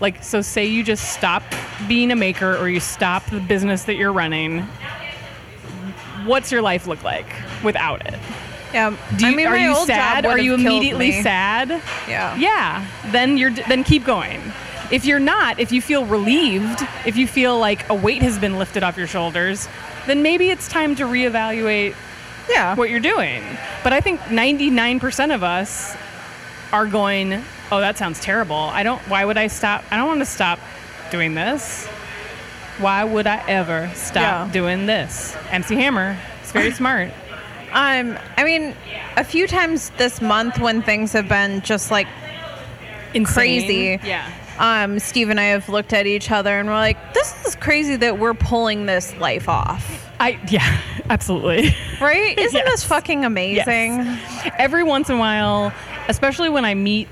[SPEAKER 1] Like, so say you just stop being a maker or you stop the business that you're running. What's your life look like without it?
[SPEAKER 2] yeah.
[SPEAKER 1] Do you,
[SPEAKER 2] I mean,
[SPEAKER 1] are
[SPEAKER 2] my
[SPEAKER 1] you
[SPEAKER 2] old
[SPEAKER 1] sad?
[SPEAKER 2] Job
[SPEAKER 1] Are
[SPEAKER 2] would've
[SPEAKER 1] you
[SPEAKER 2] killed
[SPEAKER 1] immediately
[SPEAKER 2] me.
[SPEAKER 1] sad?
[SPEAKER 2] Yeah.
[SPEAKER 1] Yeah, then you're then keep going. If you're not, if you feel relieved, if you feel like a weight has been lifted off your shoulders, then maybe it's time to reevaluate
[SPEAKER 2] Yeah.
[SPEAKER 1] what you're doing. But I think 99% of us are going, "Oh, that sounds terrible. I don't why would I stop? I don't want to stop doing this. Why would I ever stop
[SPEAKER 2] Yeah.
[SPEAKER 1] doing this?" MC Hammer, it's very smart.
[SPEAKER 2] Um, I mean, a few times this month when things have been just like Crazy.
[SPEAKER 1] Insane. Yeah.
[SPEAKER 2] um, Steve and I have looked at each other and we're like, this is crazy that we're pulling this life off.
[SPEAKER 1] I yeah. Absolutely.
[SPEAKER 2] Right? Isn't
[SPEAKER 1] Yes.
[SPEAKER 2] this fucking amazing?
[SPEAKER 1] Every once in a while, especially when I meet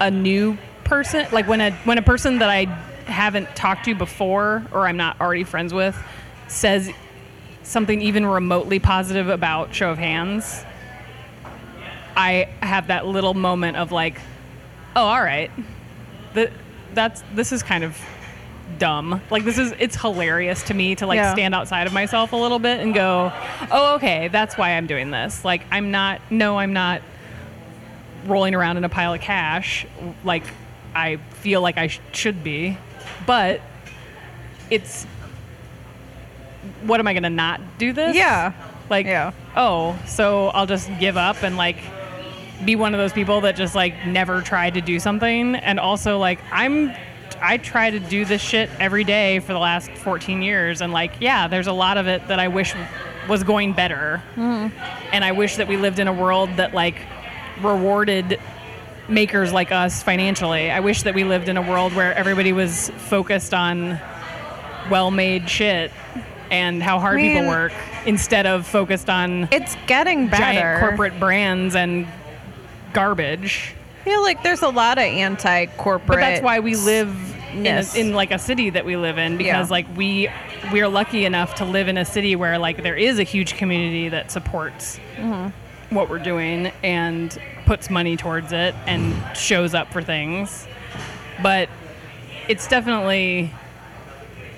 [SPEAKER 1] a new person, like when a when a person that I haven't talked to before or I'm not already friends with says something even remotely positive about show of hands, I have that little moment of like, oh, all right. Th that's this is kind of dumb. Like this is it's hilarious to me to like
[SPEAKER 2] Yeah.
[SPEAKER 1] stand outside of myself a little bit and go, "Oh, okay, that's why I'm doing this." Like I'm not no, I'm not rolling around in a pile of cash like I feel like I sh- should be. But it's what am I going to not do this?
[SPEAKER 2] Yeah.
[SPEAKER 1] Like
[SPEAKER 2] Yeah.
[SPEAKER 1] oh, so I'll just give up and like be one of those people that just like never tried to do something and also like I'm I try to do this shit every day for the last 14 years and like yeah there's a lot of it that I wish was going better
[SPEAKER 2] Mm-hmm.
[SPEAKER 1] and I wish that we lived in a world that like rewarded makers like us financially I wish that we lived in a world where everybody was focused on well-made shit and how hard
[SPEAKER 2] I
[SPEAKER 1] people
[SPEAKER 2] mean-
[SPEAKER 1] work instead of focused on
[SPEAKER 2] It's getting better.
[SPEAKER 1] giant corporate brands and garbage.
[SPEAKER 2] I feel like there's a lot of anti corporate.
[SPEAKER 1] But that's why we live in, a,
[SPEAKER 2] Yes.
[SPEAKER 1] in like a city that we live in because
[SPEAKER 2] Yeah.
[SPEAKER 1] like we we're lucky enough to live in a city where like there is a huge community that supports
[SPEAKER 2] Mm-hmm.
[SPEAKER 1] what we're doing and puts money towards it and shows up for things. But it's definitely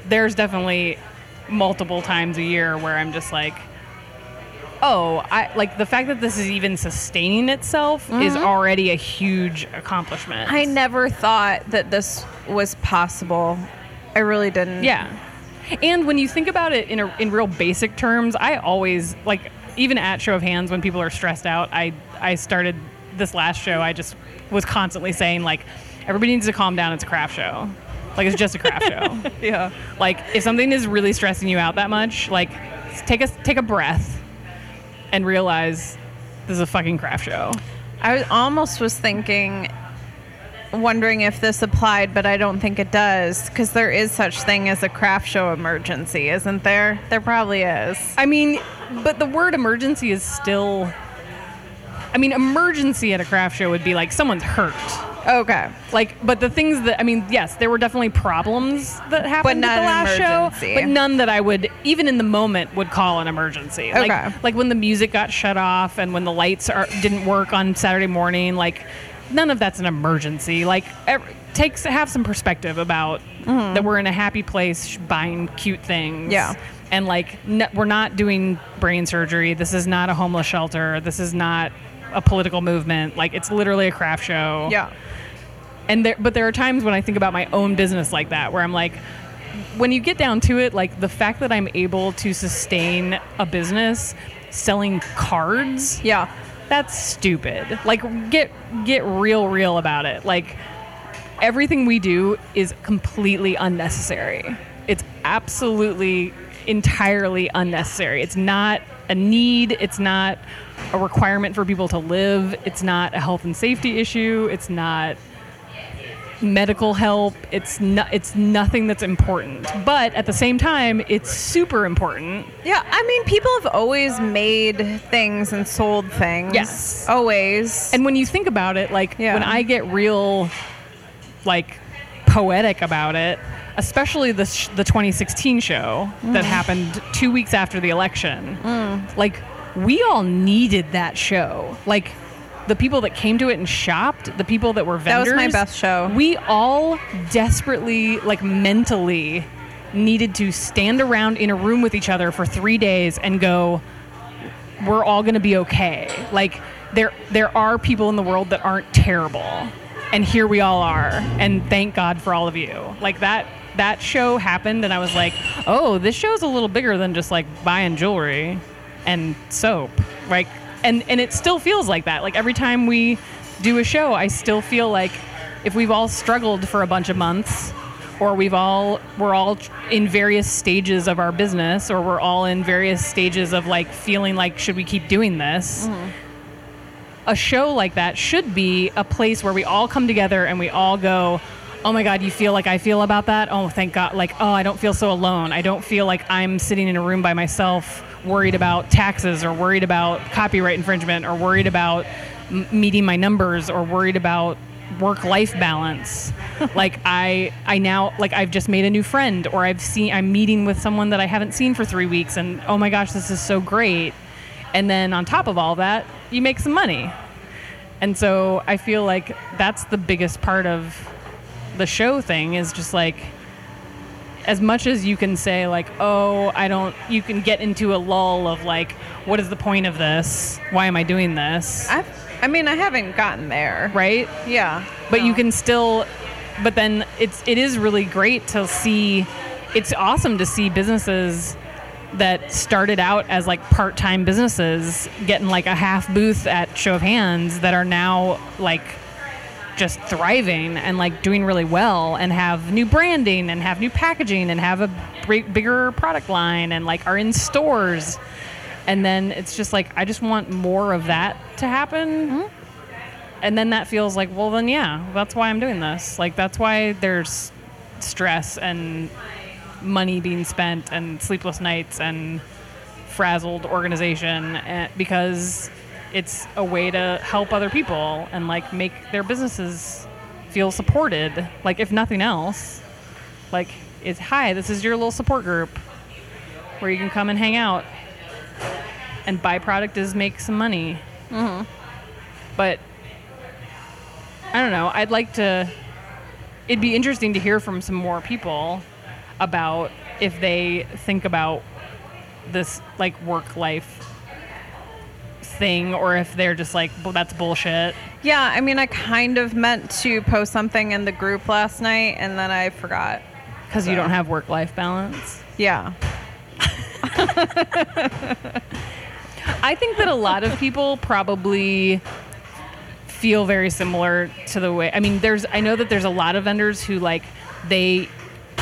[SPEAKER 1] there's definitely multiple times a year where I'm just like oh, I like the fact that this is even sustaining itself is already a huge accomplishment.
[SPEAKER 2] Mm-hmm. I never thought that this was possible. I really didn't.
[SPEAKER 1] Yeah. And when you think about it in a, in real basic terms, I always like even at show of hands when people are stressed out, I I started this last show, I just was constantly saying like everybody needs to calm down, it's a craft show. Like it's just a craft show.
[SPEAKER 2] Yeah.
[SPEAKER 1] Like if something is really stressing you out that much, like s- take a take a breath and realize this is a fucking craft show.
[SPEAKER 2] I was, almost was thinking, wondering if this applied, but I don't think it does because there is such thing as a craft show emergency, isn't there? There probably is.
[SPEAKER 1] I mean, but the word emergency is still. I mean, emergency at a craft show would be like someone's hurt.
[SPEAKER 2] Okay.
[SPEAKER 1] Like, but the things that I mean, yes, there were definitely problems that happened
[SPEAKER 2] not
[SPEAKER 1] at the
[SPEAKER 2] an
[SPEAKER 1] last
[SPEAKER 2] emergency.
[SPEAKER 1] show, but none that I would even in the moment would call an emergency.
[SPEAKER 2] Okay.
[SPEAKER 1] Like, like when the music got shut off and when the lights are, didn't work on Saturday morning. Like, none of that's an emergency. Like, ev takes have some perspective about that we're in a happy place sh- buying cute things
[SPEAKER 2] Mm-hmm. Yeah.
[SPEAKER 1] and like n we're not doing brain surgery this is not a homeless shelter this is not a political movement like it's literally a craft show
[SPEAKER 2] Yeah.
[SPEAKER 1] and there but there are times when i think about my own business like that where i'm like when you get down to it like the fact that i'm able to sustain a business selling cards
[SPEAKER 2] Yeah.
[SPEAKER 1] that's stupid. Like get get real real about it. Like everything we do is completely unnecessary. It's absolutely entirely unnecessary. It's not a need, it's not a requirement for people to live, it's not a health and safety issue, it's not medical help. It's no, it's nothing that's important. But at the same time, it's super important.
[SPEAKER 2] Yeah. I mean, people have always made things and sold things.
[SPEAKER 1] Yes.
[SPEAKER 2] Always.
[SPEAKER 1] And when you think about it, like
[SPEAKER 2] Yeah.
[SPEAKER 1] when I get real, like poetic about it, especially the sh- the 2016 show
[SPEAKER 2] Mm.
[SPEAKER 1] that happened two weeks after the election, like we all needed that show. Like the people that came to it and shopped, the people that were
[SPEAKER 2] That was
[SPEAKER 1] vendors.
[SPEAKER 2] my best show.
[SPEAKER 1] We all desperately, like mentally, needed to stand around in a room with each other for three days and go we're all going to be okay. Like there there are people in the world that aren't terrible. And here we all are. And thank God for all of you. Like that that show happened and I was like, "Oh, this show's a little bigger than just like buying jewelry and soap." Like and and it still feels like that. Like every time we do a show, I still feel like if we've all struggled for a bunch of months, or we've all we're all tr- in various stages of our business or we're all in various stages of like feeling like should we keep doing this a show like that should be a place where we all come together and we all go oh my God, you feel like I feel about that? Oh, thank God. Like, oh, I don't feel so alone. I don't feel like I'm sitting in a room by myself worried about taxes or worried about copyright infringement or worried about m- meeting my numbers or worried about work life balance like i i now like i've just made a new friend or i've seen i'm meeting with someone that i haven't seen for 3 weeks and oh my gosh this is so great and then on top of all that you make some money and so i feel like that's the biggest part of the show thing is just like as much as you can say like oh i don't you can get into a lull of like what is the point of this why am i doing this
[SPEAKER 2] I've, I mean, I haven't gotten there.
[SPEAKER 1] right
[SPEAKER 2] Yeah.
[SPEAKER 1] but you
[SPEAKER 2] No.
[SPEAKER 1] can still but then it's it is really great to see it's awesome to see businesses that started out as like part-time businesses getting like a half booth at show of hands that are now like just thriving and like doing really well and have new branding and have new packaging and have a bri- bigger product line and like are in stores and then it's just like i just want more of that to happen and then that feels like well then yeah that's why i'm doing this like that's why there's stress and money being spent and sleepless nights and frazzled organization eh, because it's a way to help other people and like make their businesses feel supported like if nothing else like it's hi this is your little support group where you can come and hang out and byproduct is make some money but I don't know. I'd like to. It'd be interesting to hear from some more people about if they think about this like work life thing or if they're just like, well, that's bullshit.
[SPEAKER 2] Yeah, I mean, I kind of meant to post something in the group last night and then I forgot.
[SPEAKER 1] Because you don't have work life balance.
[SPEAKER 2] Yeah.
[SPEAKER 1] I think that a lot of people probably feel very similar to the way I mean there's I know that there's a lot of vendors who like they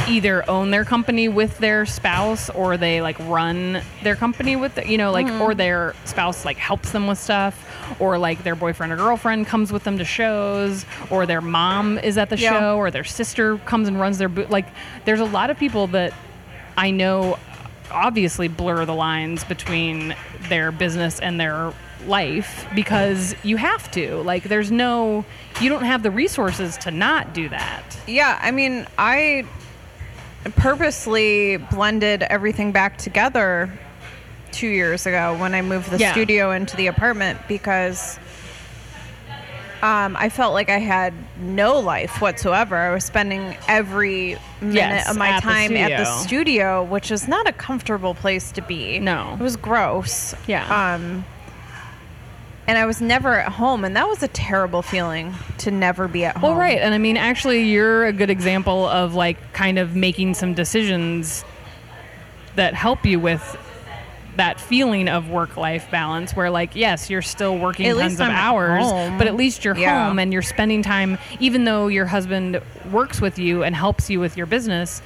[SPEAKER 1] either own their company with their spouse or they like run their company with the, you know like or their spouse like helps them with stuff or like their boyfriend or girlfriend comes with them to shows or their mom is at the
[SPEAKER 2] Yeah.
[SPEAKER 1] show or their sister comes and runs their boot like there's a lot of people that I know obviously blur the lines between their business and their life because you have to. Like, there's no, you don't have the resources to not do that.
[SPEAKER 2] Yeah, I mean, I purposely blended everything back together two years ago when I moved the
[SPEAKER 1] Yeah.
[SPEAKER 2] studio into the apartment because um, I felt like I had no life whatsoever. I was spending every minute
[SPEAKER 1] Yes,
[SPEAKER 2] of my
[SPEAKER 1] at the
[SPEAKER 2] time at the
[SPEAKER 1] studio.
[SPEAKER 2] studio, which is not a comfortable place to be.
[SPEAKER 1] No.
[SPEAKER 2] It was gross.
[SPEAKER 1] Yeah.
[SPEAKER 2] Um, and I was never at home, and that was a terrible feeling to never be at home.
[SPEAKER 1] Well, right. And I mean, actually, you're a good example of like kind of making some decisions that help you with that feeling of work life balance where like yes you're still working
[SPEAKER 2] At
[SPEAKER 1] tons
[SPEAKER 2] least
[SPEAKER 1] of
[SPEAKER 2] I'm at
[SPEAKER 1] hours
[SPEAKER 2] home.
[SPEAKER 1] but at least you're
[SPEAKER 2] Yeah.
[SPEAKER 1] home and you're spending time even though your husband works with you and helps you with your business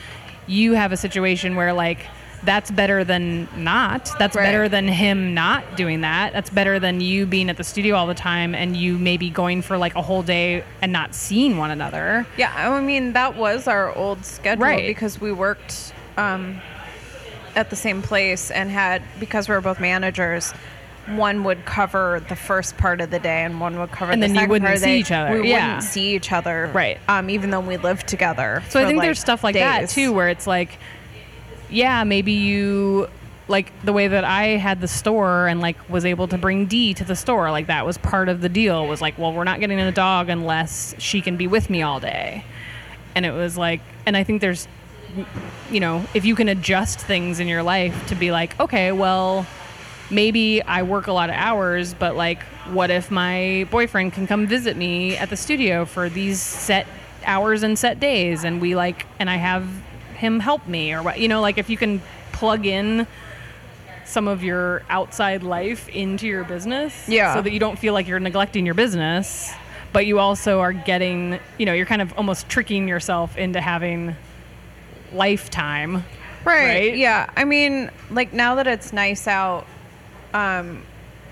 [SPEAKER 1] you have a situation where like that's better than not that's
[SPEAKER 2] Right.
[SPEAKER 1] better than him not doing that that's better than you being at the studio all the time and you maybe going for like a whole day and not seeing one another
[SPEAKER 2] Yeah, I mean that was our old schedule
[SPEAKER 1] Right.
[SPEAKER 2] because we worked um, at the same place and had because we were both managers. One would cover the first part of the day, and one would cover
[SPEAKER 1] And
[SPEAKER 2] the
[SPEAKER 1] then you
[SPEAKER 2] second
[SPEAKER 1] wouldn't
[SPEAKER 2] part of the
[SPEAKER 1] see
[SPEAKER 2] day.
[SPEAKER 1] each other,
[SPEAKER 2] We
[SPEAKER 1] yeah.
[SPEAKER 2] wouldn't see each other,
[SPEAKER 1] Right.
[SPEAKER 2] Um, even though we lived together.
[SPEAKER 1] So I
[SPEAKER 2] for,
[SPEAKER 1] think there's stuff like that
[SPEAKER 2] days.
[SPEAKER 1] too, where it's like, yeah, maybe you like the way that I had the store and like was able to bring D to the store. Like that was part of the deal. Was like, well, we're not getting a dog unless she can be with me all day. And it was like, and I think there's, you know, if you can adjust things in your life to be like, okay, well, maybe I work a lot of hours, but like, what if my boyfriend can come visit me at the studio for these set hours and set days? And we like, and I have him help me or what, you know, like if you can plug in some of your outside life into your business
[SPEAKER 2] Yeah.
[SPEAKER 1] so that you don't feel like you're neglecting your business, but you also are getting, you know, you're kind of almost tricking yourself into having lifetime.
[SPEAKER 2] right,
[SPEAKER 1] right?
[SPEAKER 2] Yeah, I mean, like now that it's nice out,
[SPEAKER 1] Yeah.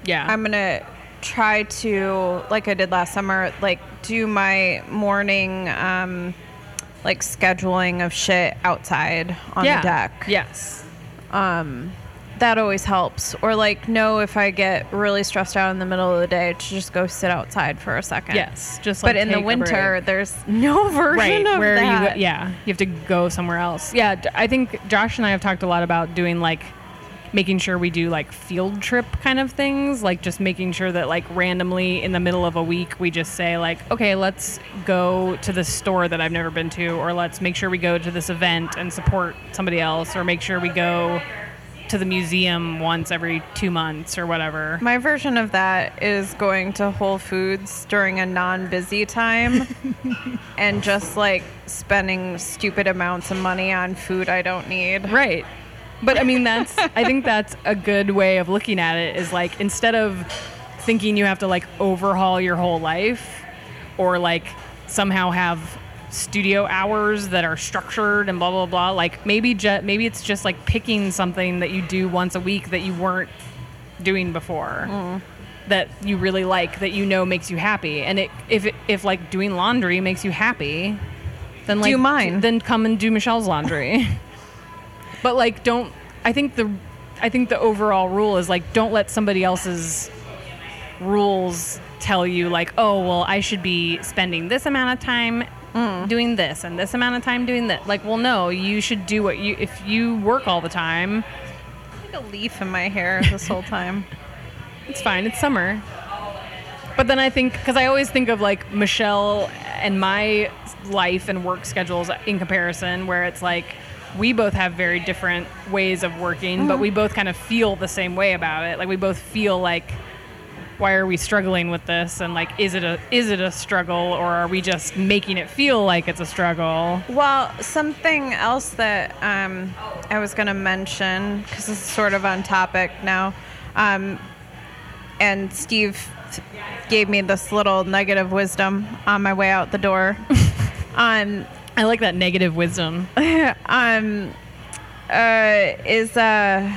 [SPEAKER 2] I'm gonna try to like I did last summer, like do my morning um, like scheduling of shit outside on
[SPEAKER 1] yeah.
[SPEAKER 2] the deck.
[SPEAKER 1] Yes.
[SPEAKER 2] That always helps. Or like know if I get really stressed out in the middle of the day to just go sit outside for a second.
[SPEAKER 1] Yes. Just like
[SPEAKER 2] But in the
[SPEAKER 1] take a break.
[SPEAKER 2] winter, there's no version
[SPEAKER 1] right
[SPEAKER 2] of
[SPEAKER 1] where
[SPEAKER 2] that.
[SPEAKER 1] you yeah you have to go somewhere else yeah d- i think josh and i have talked a lot about doing like making sure we do like field trip kind of things like just making sure that like randomly in the middle of a week we just say like okay let's go to this store that i've never been to or let's make sure we go to this event and support somebody else or make sure we go to the museum once every two months or whatever
[SPEAKER 2] My version of that is going to Whole Foods during a non busy time and just like spending stupid amounts of money on food I don't need.
[SPEAKER 1] Right. But I mean, that's, I think that's a good way of looking at it is like instead of thinking you have to like overhaul your whole life or like somehow have studio hours that are structured and blah, blah, blah, like maybe, ju- maybe it's just like picking something that you do once a week that you weren't doing before.
[SPEAKER 2] Mm.
[SPEAKER 1] That you really like, that you know makes you happy, and it if it, if like doing laundry makes you happy, then like
[SPEAKER 2] Do mine.
[SPEAKER 1] Then come and do Michelle's laundry. but like don't i think the i think the overall rule is like don't let somebody else's rules tell you like oh well i should be spending this amount of time
[SPEAKER 2] Mm.
[SPEAKER 1] doing this and this amount of time doing that like well no you should do what you if you work all the time
[SPEAKER 2] Like a leaf in my hair this whole time.
[SPEAKER 1] it's fine it's summer but then i think because i always think of like michelle and my life and work schedules in comparison where it's like we both have very different ways of working but we both kind of feel the same way about it like we both feel like why are we struggling with this and like is it a is it a struggle or are we just making it feel like it's a struggle
[SPEAKER 2] Well, something else that um, I was going to mention, because this is sort of on topic now, um, and Steve gave me this little nugget of wisdom on my way out the door. um,
[SPEAKER 1] i like that negative wisdom
[SPEAKER 2] um, uh, is uh,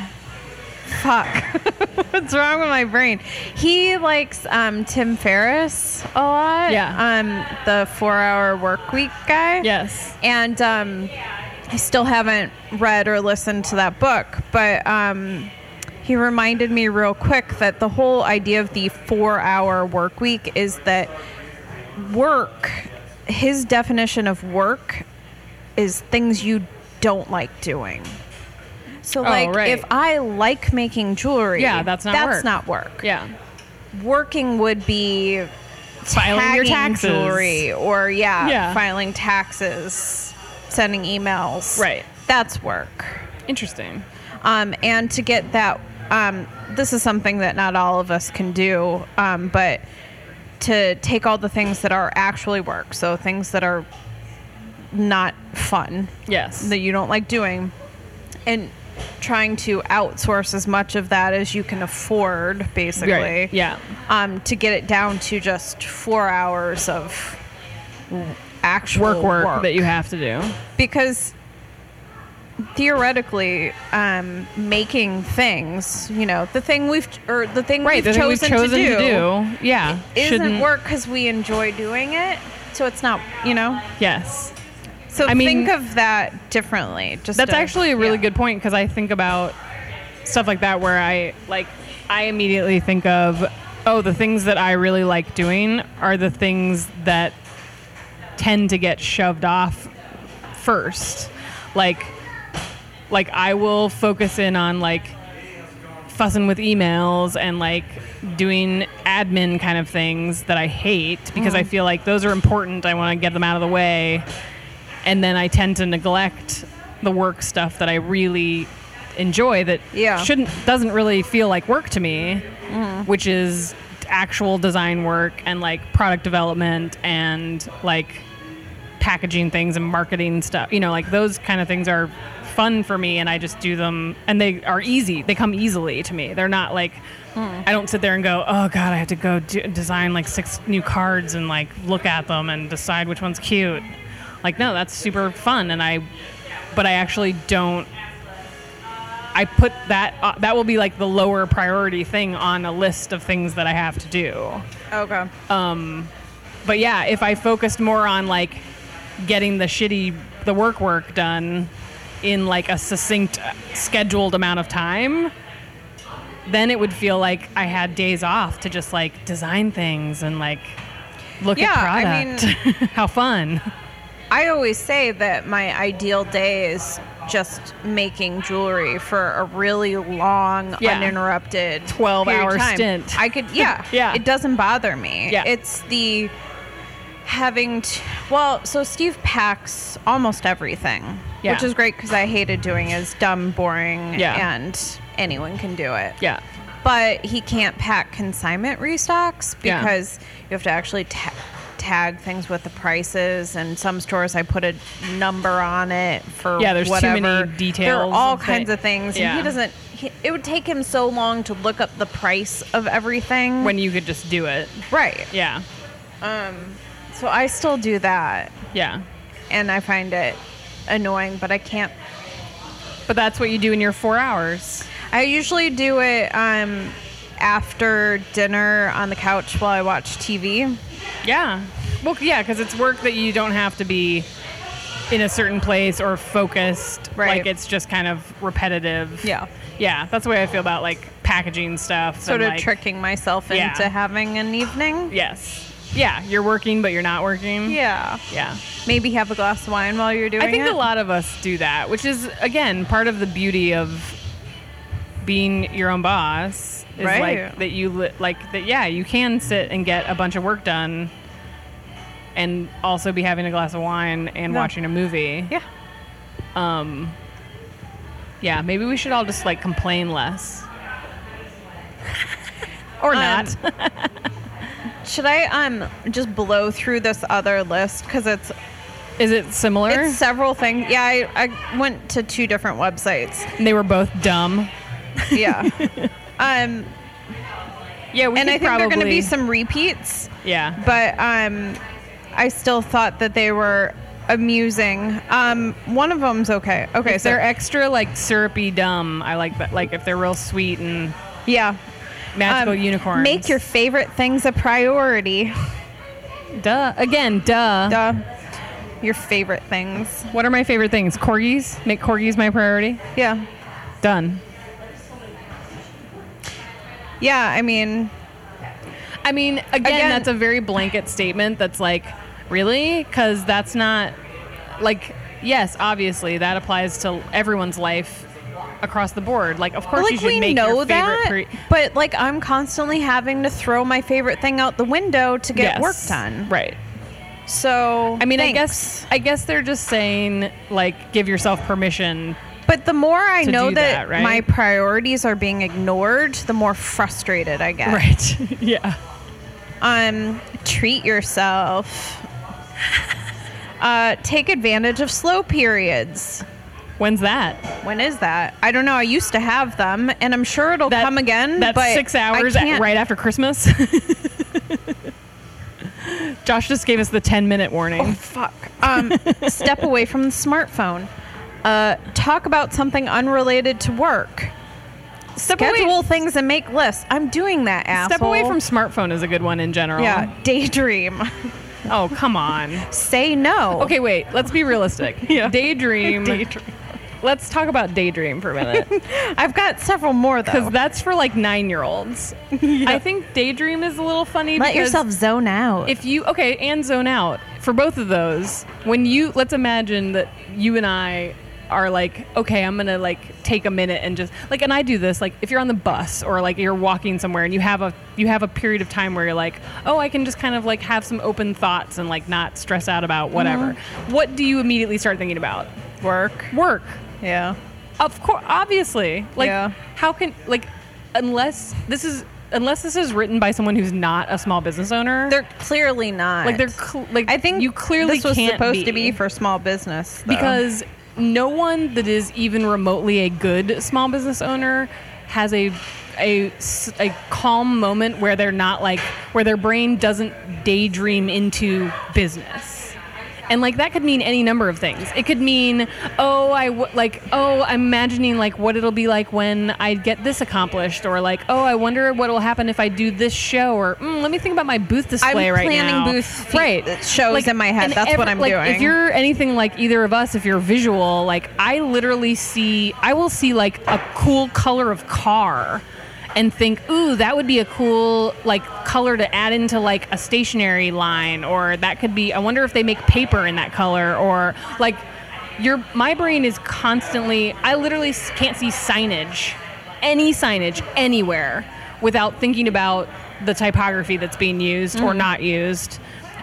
[SPEAKER 2] fuck. What's wrong with my brain? He likes um, Tim Ferriss a lot.
[SPEAKER 1] Yeah.
[SPEAKER 2] Um, the four-hour work week guy.
[SPEAKER 1] yes
[SPEAKER 2] And um, I still haven't read or listened to that book, but um, he reminded me real quick that the whole idea of the four hour work week is that work, his definition of work is things you don't like doing. So, like,
[SPEAKER 1] Oh, right.
[SPEAKER 2] if I like making jewelry,
[SPEAKER 1] Yeah, that's not
[SPEAKER 2] that's
[SPEAKER 1] work.
[SPEAKER 2] not work.
[SPEAKER 1] yeah
[SPEAKER 2] Working would be
[SPEAKER 1] filing your
[SPEAKER 2] tagging
[SPEAKER 1] taxes
[SPEAKER 2] jewelry or yeah,
[SPEAKER 1] Yeah.
[SPEAKER 2] filing taxes, sending emails.
[SPEAKER 1] Right.
[SPEAKER 2] That's work.
[SPEAKER 1] interesting
[SPEAKER 2] Um, and to get that, um, this is something that not all of us can do, um, but to take all the things that are actually work, so things that are not fun,
[SPEAKER 1] yes
[SPEAKER 2] that you don't like doing, and trying to outsource as much of that as you can afford, basically
[SPEAKER 1] Right. yeah
[SPEAKER 2] um, to get it down to just four hours of actual
[SPEAKER 1] work work that you have to do
[SPEAKER 2] because theoretically um, making things you know the thing we've or the thing
[SPEAKER 1] Right, the
[SPEAKER 2] we've,
[SPEAKER 1] thing
[SPEAKER 2] chosen,
[SPEAKER 1] we've chosen
[SPEAKER 2] to do,
[SPEAKER 1] yeah,
[SPEAKER 2] isn't work because we enjoy doing it so it's not you know
[SPEAKER 1] Yes,
[SPEAKER 2] so
[SPEAKER 1] I mean-
[SPEAKER 2] think of that differently just
[SPEAKER 1] that's
[SPEAKER 2] to-
[SPEAKER 1] actually a really
[SPEAKER 2] yeah.
[SPEAKER 1] good point because I think about stuff like that where I like I immediately think of oh the things that I really like doing are the things that tend to get shoved off first, like like I will focus in on like fussing with emails and like doing admin kind of things that I hate because I feel like those are important. I want to get them out of the way. And then I tend to neglect the work stuff that I really enjoy that
[SPEAKER 2] Yeah.
[SPEAKER 1] shouldn't doesn't really feel like work to me, which is actual design work and like product development and like packaging things and marketing stuff. You know, like those kind of things are fun for me and I just do them and they are easy. They come easily to me. They're not like I don't sit there and go, "Oh god, I have to go do- design like six new cards and like look at them and decide which one's cute." Like no, that's super fun and I but I actually don't I put that uh, that will be like the lower priority thing on a list of things that I have to do
[SPEAKER 2] okay
[SPEAKER 1] but yeah, if I focused more on like getting the shitty the work work done in like a succinct uh, scheduled amount of time then it would feel like i had days off to just like design things and like look
[SPEAKER 2] Yeah, I
[SPEAKER 1] at product how fun
[SPEAKER 2] I always say that my ideal day is just making jewelry for a really long,
[SPEAKER 1] Yeah.
[SPEAKER 2] uninterrupted
[SPEAKER 1] 12
[SPEAKER 2] period of
[SPEAKER 1] hour
[SPEAKER 2] time.
[SPEAKER 1] stint.
[SPEAKER 2] I could, yeah,
[SPEAKER 1] Yeah.
[SPEAKER 2] It doesn't bother me.
[SPEAKER 1] Yeah.
[SPEAKER 2] It's the having to. Well, so Steve packs almost everything,
[SPEAKER 1] Yeah.
[SPEAKER 2] which is great because I hated doing it. It's dumb, boring,
[SPEAKER 1] Yeah.
[SPEAKER 2] and anyone can do it
[SPEAKER 1] yeah
[SPEAKER 2] but he can't pack consignment restocks
[SPEAKER 1] Yeah.
[SPEAKER 2] because you have to actually ta- tag things with the prices and some stores i put a number on it for
[SPEAKER 1] Yeah, there's too
[SPEAKER 2] whatever.
[SPEAKER 1] many
[SPEAKER 2] there are
[SPEAKER 1] details
[SPEAKER 2] all
[SPEAKER 1] of thi-
[SPEAKER 2] kinds of things and
[SPEAKER 1] Yeah.
[SPEAKER 2] he doesn't he, it would take him so long to look up the price of everything
[SPEAKER 1] when you could just do it
[SPEAKER 2] right
[SPEAKER 1] yeah
[SPEAKER 2] so i still do that
[SPEAKER 1] yeah
[SPEAKER 2] and i find it annoying but i can't
[SPEAKER 1] but that's what you do in your four hours
[SPEAKER 2] I usually do it um, after dinner on the couch while I watch TV.
[SPEAKER 1] Yeah. Well, yeah, because it's work that you don't have to be in a certain place or focused.
[SPEAKER 2] Right.
[SPEAKER 1] Like it's just kind of repetitive.
[SPEAKER 2] Yeah.
[SPEAKER 1] Yeah. That's the way I feel about like packaging stuff.
[SPEAKER 2] sort
[SPEAKER 1] and,
[SPEAKER 2] of
[SPEAKER 1] like-
[SPEAKER 2] tricking myself into
[SPEAKER 1] Yeah.
[SPEAKER 2] having an evening.
[SPEAKER 1] Yes. Yeah. You're working, but you're not working.
[SPEAKER 2] Yeah.
[SPEAKER 1] Yeah.
[SPEAKER 2] Maybe have a glass of wine while you're doing
[SPEAKER 1] I think
[SPEAKER 2] it.
[SPEAKER 1] a lot of us do that, which is again part of the beauty of being your own boss. Is
[SPEAKER 2] Right.
[SPEAKER 1] Like that you li- like that. Yeah, you can sit and get a bunch of work done, and also be having a glass of wine and
[SPEAKER 2] Yeah.
[SPEAKER 1] watching a movie. Um,
[SPEAKER 2] Yeah.
[SPEAKER 1] Yeah, maybe we should all just like complain less. or not.
[SPEAKER 2] Should I um just blow through this other list because it's
[SPEAKER 1] Is it similar?
[SPEAKER 2] it's several things. Yeah, I, I went to two different websites.
[SPEAKER 1] they were both dumb.
[SPEAKER 2] Yeah. um,
[SPEAKER 1] Yeah, we
[SPEAKER 2] and I
[SPEAKER 1] could probably
[SPEAKER 2] think there are going to be some repeats,
[SPEAKER 1] Yeah.
[SPEAKER 2] but um, I still thought that they were amusing. Um, one of them's okay. Okay,
[SPEAKER 1] If
[SPEAKER 2] so
[SPEAKER 1] they're extra like syrupy dumb, I like that. Like if they're real sweet and
[SPEAKER 2] yeah,
[SPEAKER 1] magical
[SPEAKER 2] Um,
[SPEAKER 1] unicorns.
[SPEAKER 2] Make your favorite things a priority.
[SPEAKER 1] duh again. Duh.
[SPEAKER 2] Duh. Your favorite things.
[SPEAKER 1] What are my favorite things? Corgis. Make corgis my priority.
[SPEAKER 2] Yeah.
[SPEAKER 1] Done.
[SPEAKER 2] Yeah, I mean,
[SPEAKER 1] I mean, again,
[SPEAKER 2] Again-
[SPEAKER 1] that's a very blanket statement that's like, really? Because that's not, like, yes, obviously, that applies to everyone's life across the board. Like, of course, you
[SPEAKER 2] like
[SPEAKER 1] should
[SPEAKER 2] we
[SPEAKER 1] make
[SPEAKER 2] know
[SPEAKER 1] your favorite.
[SPEAKER 2] that,
[SPEAKER 1] pre-
[SPEAKER 2] but like I'm constantly having to throw my favorite thing out the window to get
[SPEAKER 1] Yes.
[SPEAKER 2] work done.
[SPEAKER 1] Right.
[SPEAKER 2] So,
[SPEAKER 1] I mean, I
[SPEAKER 2] thanks.
[SPEAKER 1] guess I guess they're just saying like give yourself permission.
[SPEAKER 2] But the more I
[SPEAKER 1] to
[SPEAKER 2] know
[SPEAKER 1] do
[SPEAKER 2] that,
[SPEAKER 1] that, right?
[SPEAKER 2] my priorities are being ignored, the more frustrated I get.
[SPEAKER 1] Right. yeah.
[SPEAKER 2] Um, treat yourself. uh, take advantage of slow periods.
[SPEAKER 1] When's that?
[SPEAKER 2] When is that? I don't know. I used to have them, and I'm sure it'll
[SPEAKER 1] That-
[SPEAKER 2] come again.
[SPEAKER 1] That's
[SPEAKER 2] but
[SPEAKER 1] six
[SPEAKER 2] I
[SPEAKER 1] hours at,
[SPEAKER 2] can't-
[SPEAKER 1] right after Christmas. Josh just gave us the ten minute warning.
[SPEAKER 2] Fuck. Um, step away from the smartphone. Uh, talk about something unrelated to work.
[SPEAKER 1] Step away-
[SPEAKER 2] Schedule things and make lists. I'm doing that, asshole.
[SPEAKER 1] Step away from smartphone is a good one in general.
[SPEAKER 2] Yeah, daydream.
[SPEAKER 1] Oh, come on.
[SPEAKER 2] Say no.
[SPEAKER 1] Okay, wait. Let's be realistic.
[SPEAKER 2] Yeah.
[SPEAKER 1] Daydream.
[SPEAKER 2] Daydream.
[SPEAKER 1] Let's talk about daydream for a minute
[SPEAKER 2] I've got several more
[SPEAKER 1] because
[SPEAKER 2] though.
[SPEAKER 1] that's for like nine-year-olds. I think daydream is a little funny.
[SPEAKER 2] Let
[SPEAKER 1] because
[SPEAKER 2] yourself zone out.
[SPEAKER 1] If you okay and zone out for both of those, when you let's imagine that you and I are like okay i'm gonna like take a minute and just like and i do this like if you're on the bus or like you're walking somewhere and you have a you have a period of time where you're like oh i can just kind of like have some open thoughts and like not stress out about whatever what do you immediately start thinking about
[SPEAKER 2] work.
[SPEAKER 1] work
[SPEAKER 2] Yeah.
[SPEAKER 1] of course obviously like
[SPEAKER 2] Yeah.
[SPEAKER 1] how can like unless this is unless this is written by someone who's not a small business owner
[SPEAKER 2] They're clearly not.
[SPEAKER 1] like they're cl- like
[SPEAKER 2] I think
[SPEAKER 1] you clearly
[SPEAKER 2] this was
[SPEAKER 1] can't
[SPEAKER 2] supposed
[SPEAKER 1] be
[SPEAKER 2] to be for small business though.
[SPEAKER 1] because no one that is even remotely a good small business owner has a a s- a calm moment where they're not like where their brain doesn't daydream into business. and like that could mean any number of things it could mean oh I w- like oh i'm imagining like what it'll be like when i get this accomplished or like oh i wonder what'll happen if i do this show or mm, let me think about my booth display
[SPEAKER 2] I'm
[SPEAKER 1] right
[SPEAKER 2] planning
[SPEAKER 1] now
[SPEAKER 2] booth fe-
[SPEAKER 1] right
[SPEAKER 2] shows in my head.
[SPEAKER 1] and
[SPEAKER 2] That's what I'm
[SPEAKER 1] like,
[SPEAKER 2] doing.
[SPEAKER 1] if you're anything like either of us if you're visual like i literally see i will see like a cool color of car and think, ooh, that would be a cool like color to add into like a stationery line, or that could be. I wonder if they make paper in that color, or like your my brain is constantly. I literally s- can't see signage, any signage anywhere, without thinking about the typography that's being used or not used.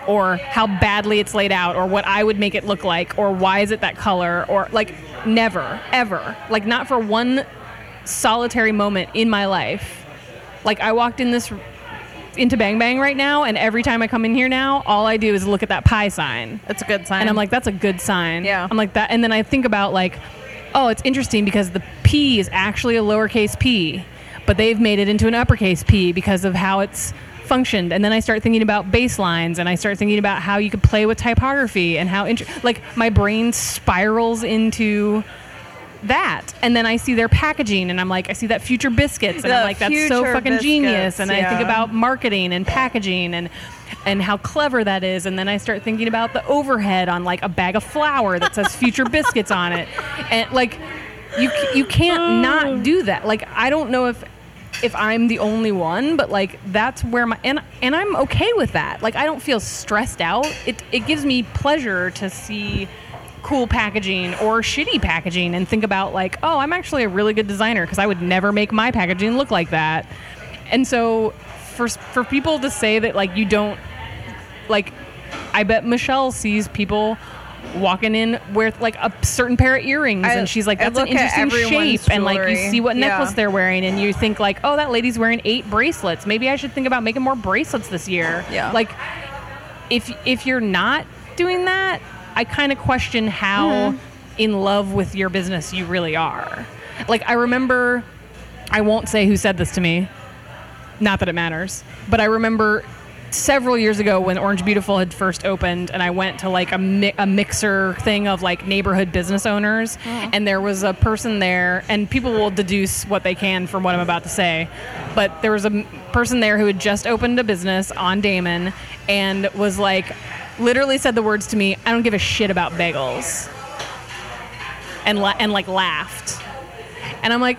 [SPEAKER 1] Or how badly it's laid out, or what I would make it look like, or why is it that color, or like never, ever, like not for one solitary moment in my life. Like I walked in this into Bang Bang right now, and every time I come in here now, all I do is look at that pie sign,
[SPEAKER 2] That's a good sign.
[SPEAKER 1] and I'm like, that's a good sign.
[SPEAKER 2] Yeah.
[SPEAKER 1] I'm like that, and then I think about like, oh, it's interesting because the P is actually a lowercase P, but they've made it into an uppercase P because of how it's functioned and then i start thinking about bass lines and i start thinking about how you could play with typography and how inter- like my brain spirals into that and then i see their packaging and i'm like i see that future biscuits and
[SPEAKER 2] The
[SPEAKER 1] i'm like that's so
[SPEAKER 2] Future
[SPEAKER 1] fucking genius
[SPEAKER 2] Biscuits,
[SPEAKER 1] and i
[SPEAKER 2] yeah.
[SPEAKER 1] think about marketing and packaging and and how clever that is and then i start thinking about the overhead on like a bag of flour that says future biscuits on it and like you c- you can't
[SPEAKER 2] Oh.
[SPEAKER 1] not do that like i don't know if if i'm the only one but like that's where my and and i'm okay with that like i don't feel stressed out it it gives me pleasure to see cool packaging or shitty packaging and think about like oh i'm actually a really good designer because i would never make my packaging look like that and so for for people to say that like you don't like I bet Michelle sees people walking in with like a certain pair of earrings
[SPEAKER 2] I-
[SPEAKER 1] and she's like
[SPEAKER 2] I
[SPEAKER 1] that's an
[SPEAKER 2] look at
[SPEAKER 1] interesting shape
[SPEAKER 2] everyone's
[SPEAKER 1] and like you
[SPEAKER 2] jewelry.
[SPEAKER 1] see what
[SPEAKER 2] Yeah.
[SPEAKER 1] necklace they're wearing and you think like oh that lady's wearing eight bracelets maybe I should think about making more bracelets this year
[SPEAKER 2] Yeah.
[SPEAKER 1] like if if you're not doing that I kind of question how
[SPEAKER 2] Mm-hmm.
[SPEAKER 1] in love with your business you really are like I remember I won't say who said this to me not that it matters, but I remember several years ago when Orange Beautiful had first opened, and I went to like a, mi- a mixer thing of like neighborhood business owners, and there was a person there, and people will deduce what they can from what I'm about to say, but there was a m- person there who had just opened a business on Damon and was like, literally said the words to me, I don't give a shit about bagels, and, la- and like laughed and I'm like,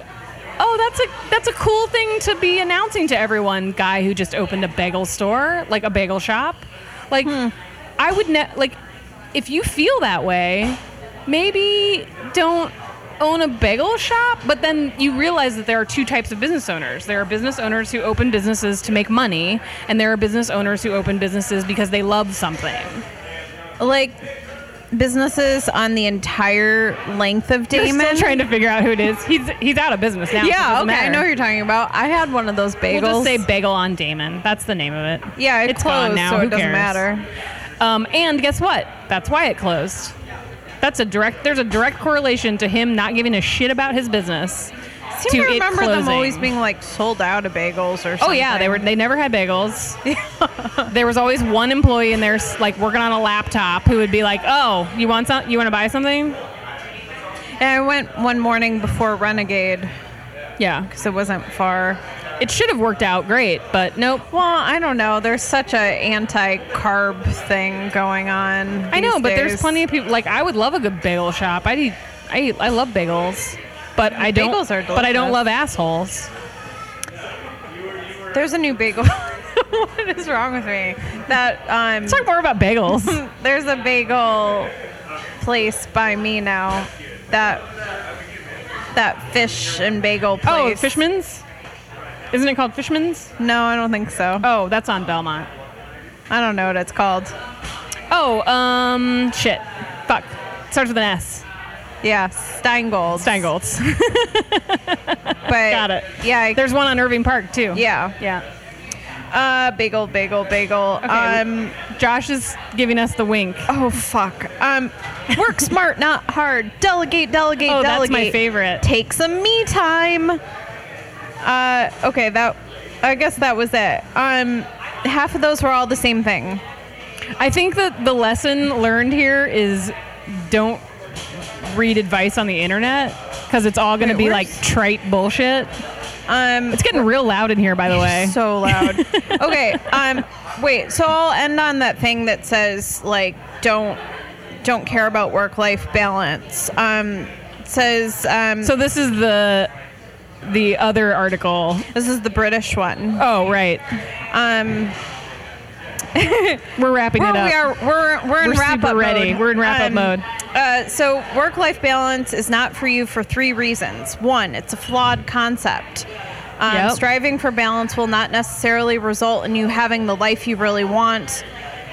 [SPEAKER 1] oh, that's a that's a cool thing to be announcing to everyone. Guy who just opened a bagel store, like a bagel shop, like
[SPEAKER 2] Hmm.
[SPEAKER 1] I would ne- like if you feel that way, maybe don't own a bagel shop. But then you realize that there are two types of business owners. There are business owners who open businesses to make money, and there are business owners who open businesses because they love something.
[SPEAKER 2] like businesses on the entire length of
[SPEAKER 1] I'm
[SPEAKER 2] Damon.
[SPEAKER 1] still trying to figure out who it is. He's he's out of business now. so it
[SPEAKER 2] yeah, okay,
[SPEAKER 1] doesn't
[SPEAKER 2] I
[SPEAKER 1] matter.
[SPEAKER 2] know what you're talking about. I had one of those bagels.
[SPEAKER 1] We'll just say Bagel on Damon. That's the name of it.
[SPEAKER 2] yeah, it
[SPEAKER 1] it's
[SPEAKER 2] closed,
[SPEAKER 1] gone now.
[SPEAKER 2] so
[SPEAKER 1] Who
[SPEAKER 2] it doesn't
[SPEAKER 1] cares?
[SPEAKER 2] matter.
[SPEAKER 1] Um, and guess what? That's why it closed. That's a direct. There's a direct correlation to him not giving a shit about his business.
[SPEAKER 2] I seem
[SPEAKER 1] to
[SPEAKER 2] to
[SPEAKER 1] it
[SPEAKER 2] remember them
[SPEAKER 1] closing.
[SPEAKER 2] always being like sold out of bagels or something.
[SPEAKER 1] Oh yeah, they were. They never had bagels. there was always one employee in there, s- like working on a laptop, who would be like, "Oh, you want some? You want to buy something?
[SPEAKER 2] And I went one morning before Renegade
[SPEAKER 1] Yeah."
[SPEAKER 2] because it wasn't far.
[SPEAKER 1] It should have worked out great, but nope.
[SPEAKER 2] Well, I don't know. There's such a anti-carb thing going on.
[SPEAKER 1] I know,
[SPEAKER 2] these
[SPEAKER 1] but there's
[SPEAKER 2] days.
[SPEAKER 1] plenty of people. Like I would love a good bagel shop. I eat, I eat, I love bagels, but I don't.
[SPEAKER 2] Bagels are
[SPEAKER 1] but I don't
[SPEAKER 2] delicious.
[SPEAKER 1] love assholes.
[SPEAKER 2] There's a new bagel. what is wrong with me? That um,
[SPEAKER 1] Let's talk more about bagels.
[SPEAKER 2] there's a bagel place by me now. That that fish and bagel
[SPEAKER 1] oh,
[SPEAKER 2] place.
[SPEAKER 1] Fishman's. Isn't it called Fishman's?
[SPEAKER 2] No, I don't think so.
[SPEAKER 1] Oh, that's on Belmont.
[SPEAKER 2] I don't know what it's called.
[SPEAKER 1] Oh, um, shit, fuck. Starts with an S.
[SPEAKER 2] Yeah, Steingold.
[SPEAKER 1] Steingold's.
[SPEAKER 2] But
[SPEAKER 1] Got it.
[SPEAKER 2] Yeah, I,
[SPEAKER 1] There's one on Irving Park too.
[SPEAKER 2] yeah.
[SPEAKER 1] Yeah.
[SPEAKER 2] Uh, bagel, bagel, bagel. Um,
[SPEAKER 1] Josh is giving us the wink.
[SPEAKER 2] oh fuck. Um, work smart, not hard. Delegate, delegate,
[SPEAKER 1] Oh, that's
[SPEAKER 2] delegate.
[SPEAKER 1] my favorite.
[SPEAKER 2] Take some me time. Uh, okay, that. I guess that was it. Um, half of those were all the same thing.
[SPEAKER 1] I think that the lesson learned here is don't read advice on the internet because it's all going to
[SPEAKER 2] Wait,
[SPEAKER 1] be
[SPEAKER 2] where's-
[SPEAKER 1] like trite bullshit.
[SPEAKER 2] Um,
[SPEAKER 1] It's getting real loud in here, by the way.
[SPEAKER 2] so loud. okay. Um, wait. So I'll end on that thing that says like don't don't care about work life balance. Um, it says um,
[SPEAKER 1] So this is the the other article.
[SPEAKER 2] this is the British one.
[SPEAKER 1] Oh, right.
[SPEAKER 2] Um,
[SPEAKER 1] We're wrapping
[SPEAKER 2] well,
[SPEAKER 1] it up.
[SPEAKER 2] we are we're we're in
[SPEAKER 1] We're
[SPEAKER 2] wrap up
[SPEAKER 1] super ready.
[SPEAKER 2] mode.
[SPEAKER 1] We're in wrap-up mode. Um,
[SPEAKER 2] Uh, so work life balance is not for you for three reasons. One, it's a flawed concept. Um,
[SPEAKER 1] Yep.
[SPEAKER 2] Striving for balance will not necessarily result in you having the life you really want.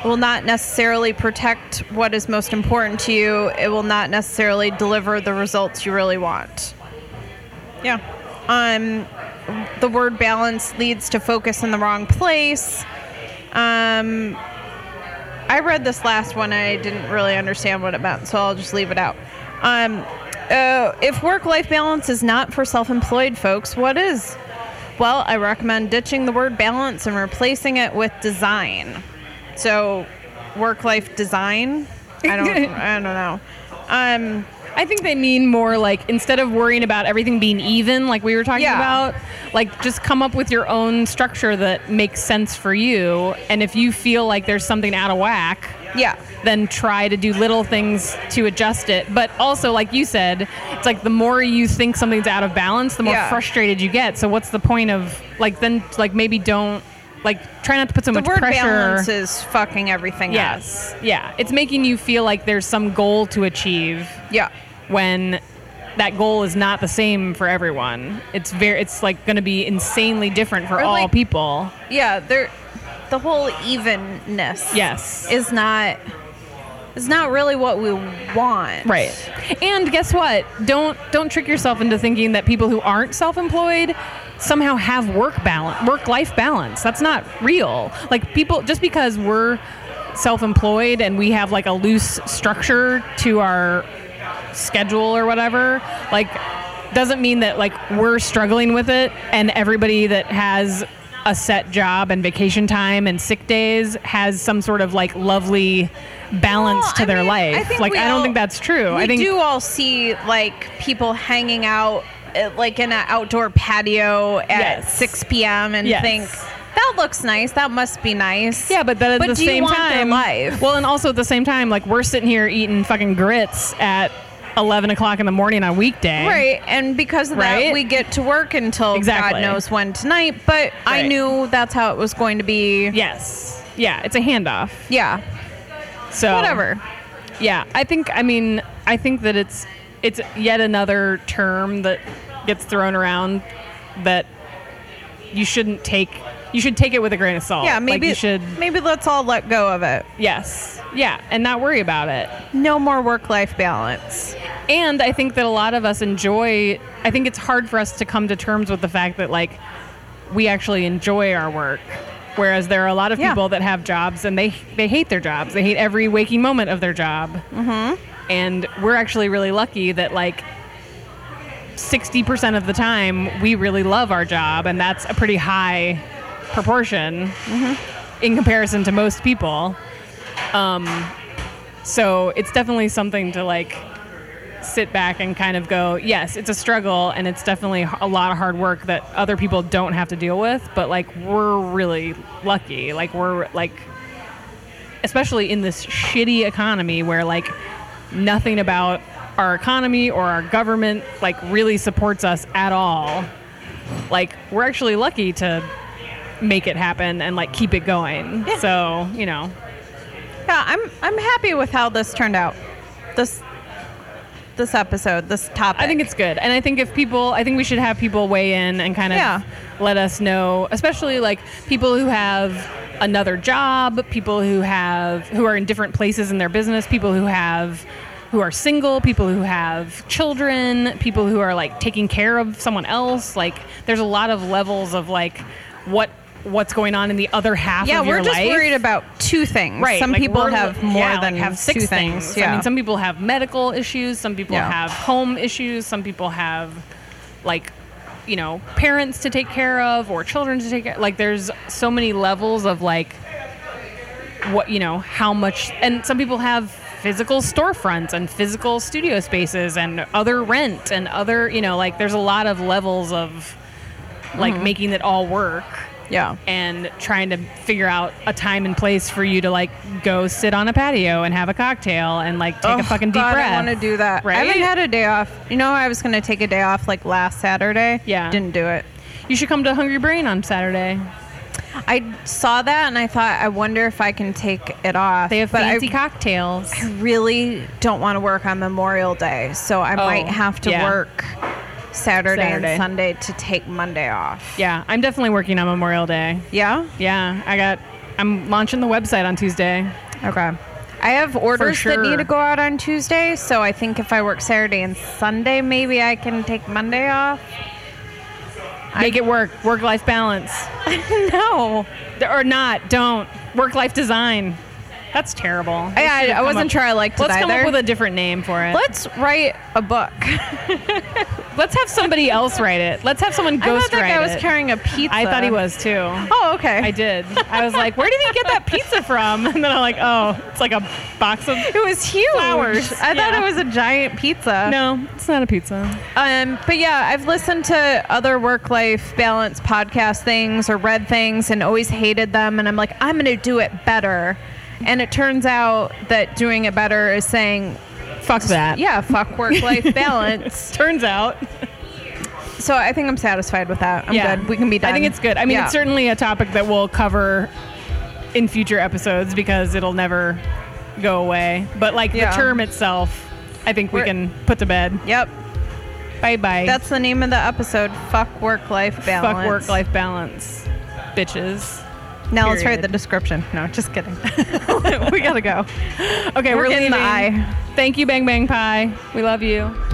[SPEAKER 2] It will not necessarily protect what is most important to you. It will not necessarily deliver the results you really want. Yeah. Um, the word balance leads to focus in the wrong place. Um, I read this last one. I didn't really understand what it meant, so I'll just leave it out. Um, uh, if work life balance is not for self employed folks, what is? Well, I recommend ditching the word balance and replacing it with design. So, work life design? I don't, I don't know. Um,
[SPEAKER 1] I think they mean more like instead of worrying about everything being even, like we were talking
[SPEAKER 2] Yeah.
[SPEAKER 1] about, like just come up with your own structure that makes sense for you. And if you feel like there's something out of whack,
[SPEAKER 2] yeah.
[SPEAKER 1] then try to do little things to adjust it. But also, like you said, it's like the more you think something's out of balance, the more
[SPEAKER 2] Yeah.
[SPEAKER 1] frustrated you get. So what's the point of like then like maybe don't like try not to put so
[SPEAKER 2] The
[SPEAKER 1] much
[SPEAKER 2] word
[SPEAKER 1] pressure.
[SPEAKER 2] balance is fucking everything up.
[SPEAKER 1] yes, yeah, it's making you feel like there's some goal to achieve
[SPEAKER 2] Yeah.
[SPEAKER 1] when that goal is not the same for everyone. It's very it's like going to be insanely different for
[SPEAKER 2] Or,
[SPEAKER 1] all
[SPEAKER 2] like-
[SPEAKER 1] people.
[SPEAKER 2] Yeah. There, the whole evenness.
[SPEAKER 1] Yes.
[SPEAKER 2] is not is not really what we want.
[SPEAKER 1] Right. And guess what? Don't don't trick yourself into thinking that people who aren't self-employed somehow have work balance, work-life balance. That's not real. Like people just because we're self-employed and we have like a loose structure to our schedule or whatever, like doesn't mean that like we're struggling with it and everybody that has a set job and vacation time and sick days has some sort of like lovely balance
[SPEAKER 2] Well,
[SPEAKER 1] to
[SPEAKER 2] I
[SPEAKER 1] their
[SPEAKER 2] mean,
[SPEAKER 1] life.
[SPEAKER 2] I think
[SPEAKER 1] like
[SPEAKER 2] we
[SPEAKER 1] I don't
[SPEAKER 2] all-
[SPEAKER 1] think that's true.
[SPEAKER 2] We
[SPEAKER 1] I think
[SPEAKER 2] do all see like people hanging out uh, like in an outdoor patio at
[SPEAKER 1] Yes.
[SPEAKER 2] 6 p.m. and
[SPEAKER 1] Yes.
[SPEAKER 2] think that looks nice. That must be nice.
[SPEAKER 1] yeah, but then at
[SPEAKER 2] But
[SPEAKER 1] the
[SPEAKER 2] do you
[SPEAKER 1] same
[SPEAKER 2] want their
[SPEAKER 1] time,
[SPEAKER 2] life?
[SPEAKER 1] well, and also at the same time, like we're sitting here eating fucking grits at eleven o'clock in the morning on a weekday.
[SPEAKER 2] Right, and because of that,
[SPEAKER 1] Right?
[SPEAKER 2] we get to work until
[SPEAKER 1] Exactly.
[SPEAKER 2] God knows when tonight. But I
[SPEAKER 1] Right.
[SPEAKER 2] knew that's how it was going to be.
[SPEAKER 1] Yes. Yeah, it's a handoff.
[SPEAKER 2] yeah.
[SPEAKER 1] So
[SPEAKER 2] whatever.
[SPEAKER 1] Yeah, I think. I mean, I think that it's it's yet another term that gets thrown around that you shouldn't take. You should take it with a grain of salt.
[SPEAKER 2] Yeah,
[SPEAKER 1] Like,
[SPEAKER 2] maybe
[SPEAKER 1] you should.
[SPEAKER 2] maybe let's all let go of it.
[SPEAKER 1] Yes. Yeah, and not worry about it.
[SPEAKER 2] No more work-life balance.
[SPEAKER 1] and I think that a lot of us enjoy. I think it's hard for us to come to terms with the fact that like we actually enjoy our work, whereas there are a lot of
[SPEAKER 2] Yeah.
[SPEAKER 1] people that have jobs and they they hate their jobs. They hate every waking moment of their job. Mm-hmm. And we're actually really lucky that like. 60% of the time we really love our job and that's a pretty high proportion in comparison to most people um, so it's definitely something to like sit back and kind of go, yes, it's a struggle and it's definitely h- a lot of hard work that other people don't have to deal with, but like we're really lucky. Like we're like especially in this shitty economy where like nothing about our economy or our government like really supports us at all. Like we're actually lucky to make it happen and like keep it going.
[SPEAKER 2] Yeah.
[SPEAKER 1] So, you know,
[SPEAKER 2] Yeah, I'm I'm happy with how this turned out. This this episode, this topic.
[SPEAKER 1] I think it's good. And I think if people, I think we should have people weigh in and kind of
[SPEAKER 2] Yeah.
[SPEAKER 1] let us know, especially like people who have another job, people who have, who are in different places in their business, people who have, who are single, people who have children, people who are like taking care of someone else. Like there's a lot of levels of like what, what's going on in the other half
[SPEAKER 2] yeah,
[SPEAKER 1] of your
[SPEAKER 2] we're just
[SPEAKER 1] life.
[SPEAKER 2] worried about two things.
[SPEAKER 1] Right.
[SPEAKER 2] Some
[SPEAKER 1] like,
[SPEAKER 2] people
[SPEAKER 1] we're-
[SPEAKER 2] have more
[SPEAKER 1] yeah,
[SPEAKER 2] than
[SPEAKER 1] like, have six
[SPEAKER 2] two things.
[SPEAKER 1] I
[SPEAKER 2] Yeah.
[SPEAKER 1] mean, some people have medical issues. Some people
[SPEAKER 2] Yeah.
[SPEAKER 1] have home issues. Some people have like you know parents to take care of or children to take care. Like there's so many levels of like what you know how much and some people have physical storefronts and physical studio spaces and other rent and other you know like there's a lot of levels of like making it all work
[SPEAKER 2] Yeah.
[SPEAKER 1] and trying to figure out a time and place for you to like go sit on a patio and have a cocktail and like take a
[SPEAKER 2] Oh,
[SPEAKER 1] fucking deep
[SPEAKER 2] God,
[SPEAKER 1] breath
[SPEAKER 2] I want to do that. I haven't
[SPEAKER 1] right?
[SPEAKER 2] had a day off. You know, I was going to take a day off like last Saturday.
[SPEAKER 1] Yeah.
[SPEAKER 2] Didn't do it.
[SPEAKER 1] you should come to hungry brain on saturday
[SPEAKER 2] I saw that and I thought, I wonder if I can take it off.
[SPEAKER 1] they have
[SPEAKER 2] but
[SPEAKER 1] fancy
[SPEAKER 2] I
[SPEAKER 1] cocktails
[SPEAKER 2] really don't want to work on Memorial Day, so I
[SPEAKER 1] Oh,
[SPEAKER 2] might have to
[SPEAKER 1] yeah.
[SPEAKER 2] work Saturday,
[SPEAKER 1] Saturday.
[SPEAKER 2] and Sunday to take Monday off.
[SPEAKER 1] yeah i'm definitely working on memorial day
[SPEAKER 2] Yeah.
[SPEAKER 1] yeah i got i'm launching the website on tuesday
[SPEAKER 2] Okay. I have orders that need
[SPEAKER 1] sure.
[SPEAKER 2] to go out on Tuesday, so I think if I work Saturday and Sunday, maybe I can take Monday off.
[SPEAKER 1] make it work work life balance
[SPEAKER 2] No.
[SPEAKER 1] Th- or not don't work life design that's terrible We
[SPEAKER 2] I-
[SPEAKER 1] should've
[SPEAKER 2] I
[SPEAKER 1] come
[SPEAKER 2] wasn't
[SPEAKER 1] up-
[SPEAKER 2] sure I liked it
[SPEAKER 1] let's come
[SPEAKER 2] either.
[SPEAKER 1] up with a different name for it
[SPEAKER 2] Let's write a book.
[SPEAKER 1] let's have somebody else write it let's have someone
[SPEAKER 2] I thought
[SPEAKER 1] ghost
[SPEAKER 2] that
[SPEAKER 1] write
[SPEAKER 2] guy was
[SPEAKER 1] it.
[SPEAKER 2] carrying a pizza.
[SPEAKER 1] I thought he was too.
[SPEAKER 2] Oh, okay.
[SPEAKER 1] I did. I was like, where did he get that pizza from? And then I'm like, oh, it's like a box of.
[SPEAKER 2] It was huge.
[SPEAKER 1] Flowers.
[SPEAKER 2] I thought
[SPEAKER 1] Yeah.
[SPEAKER 2] it was a giant pizza.
[SPEAKER 1] No, it's not a pizza.
[SPEAKER 2] Um, but yeah, I've listened to other work life balance podcast things or read things and always hated them. And I'm like, I'm going to do it better. And it turns out that doing it better is saying,
[SPEAKER 1] Fuck that.
[SPEAKER 2] yeah, fuck work life balance.
[SPEAKER 1] Turns out,
[SPEAKER 2] So I think I'm satisfied with that. I'm
[SPEAKER 1] yeah,
[SPEAKER 2] good. We can be done.
[SPEAKER 1] I think it's good. I mean,
[SPEAKER 2] Yeah.
[SPEAKER 1] it's certainly a topic that we'll cover in future episodes because it'll never go away. But like
[SPEAKER 2] Yeah.
[SPEAKER 1] the term itself, I think we
[SPEAKER 2] We're-
[SPEAKER 1] can put to bed.
[SPEAKER 2] Yep.
[SPEAKER 1] Bye bye.
[SPEAKER 2] That's the name of the episode. Fuck work life balance.
[SPEAKER 1] fuck work life balance, bitches.
[SPEAKER 2] Now let's write
[SPEAKER 1] period.
[SPEAKER 2] the description. No, just kidding. we got to go.
[SPEAKER 1] Okay,
[SPEAKER 2] We're
[SPEAKER 1] we're, leaving.
[SPEAKER 2] getting the eye.
[SPEAKER 1] Thank you, Bang Bang Pie. We love you.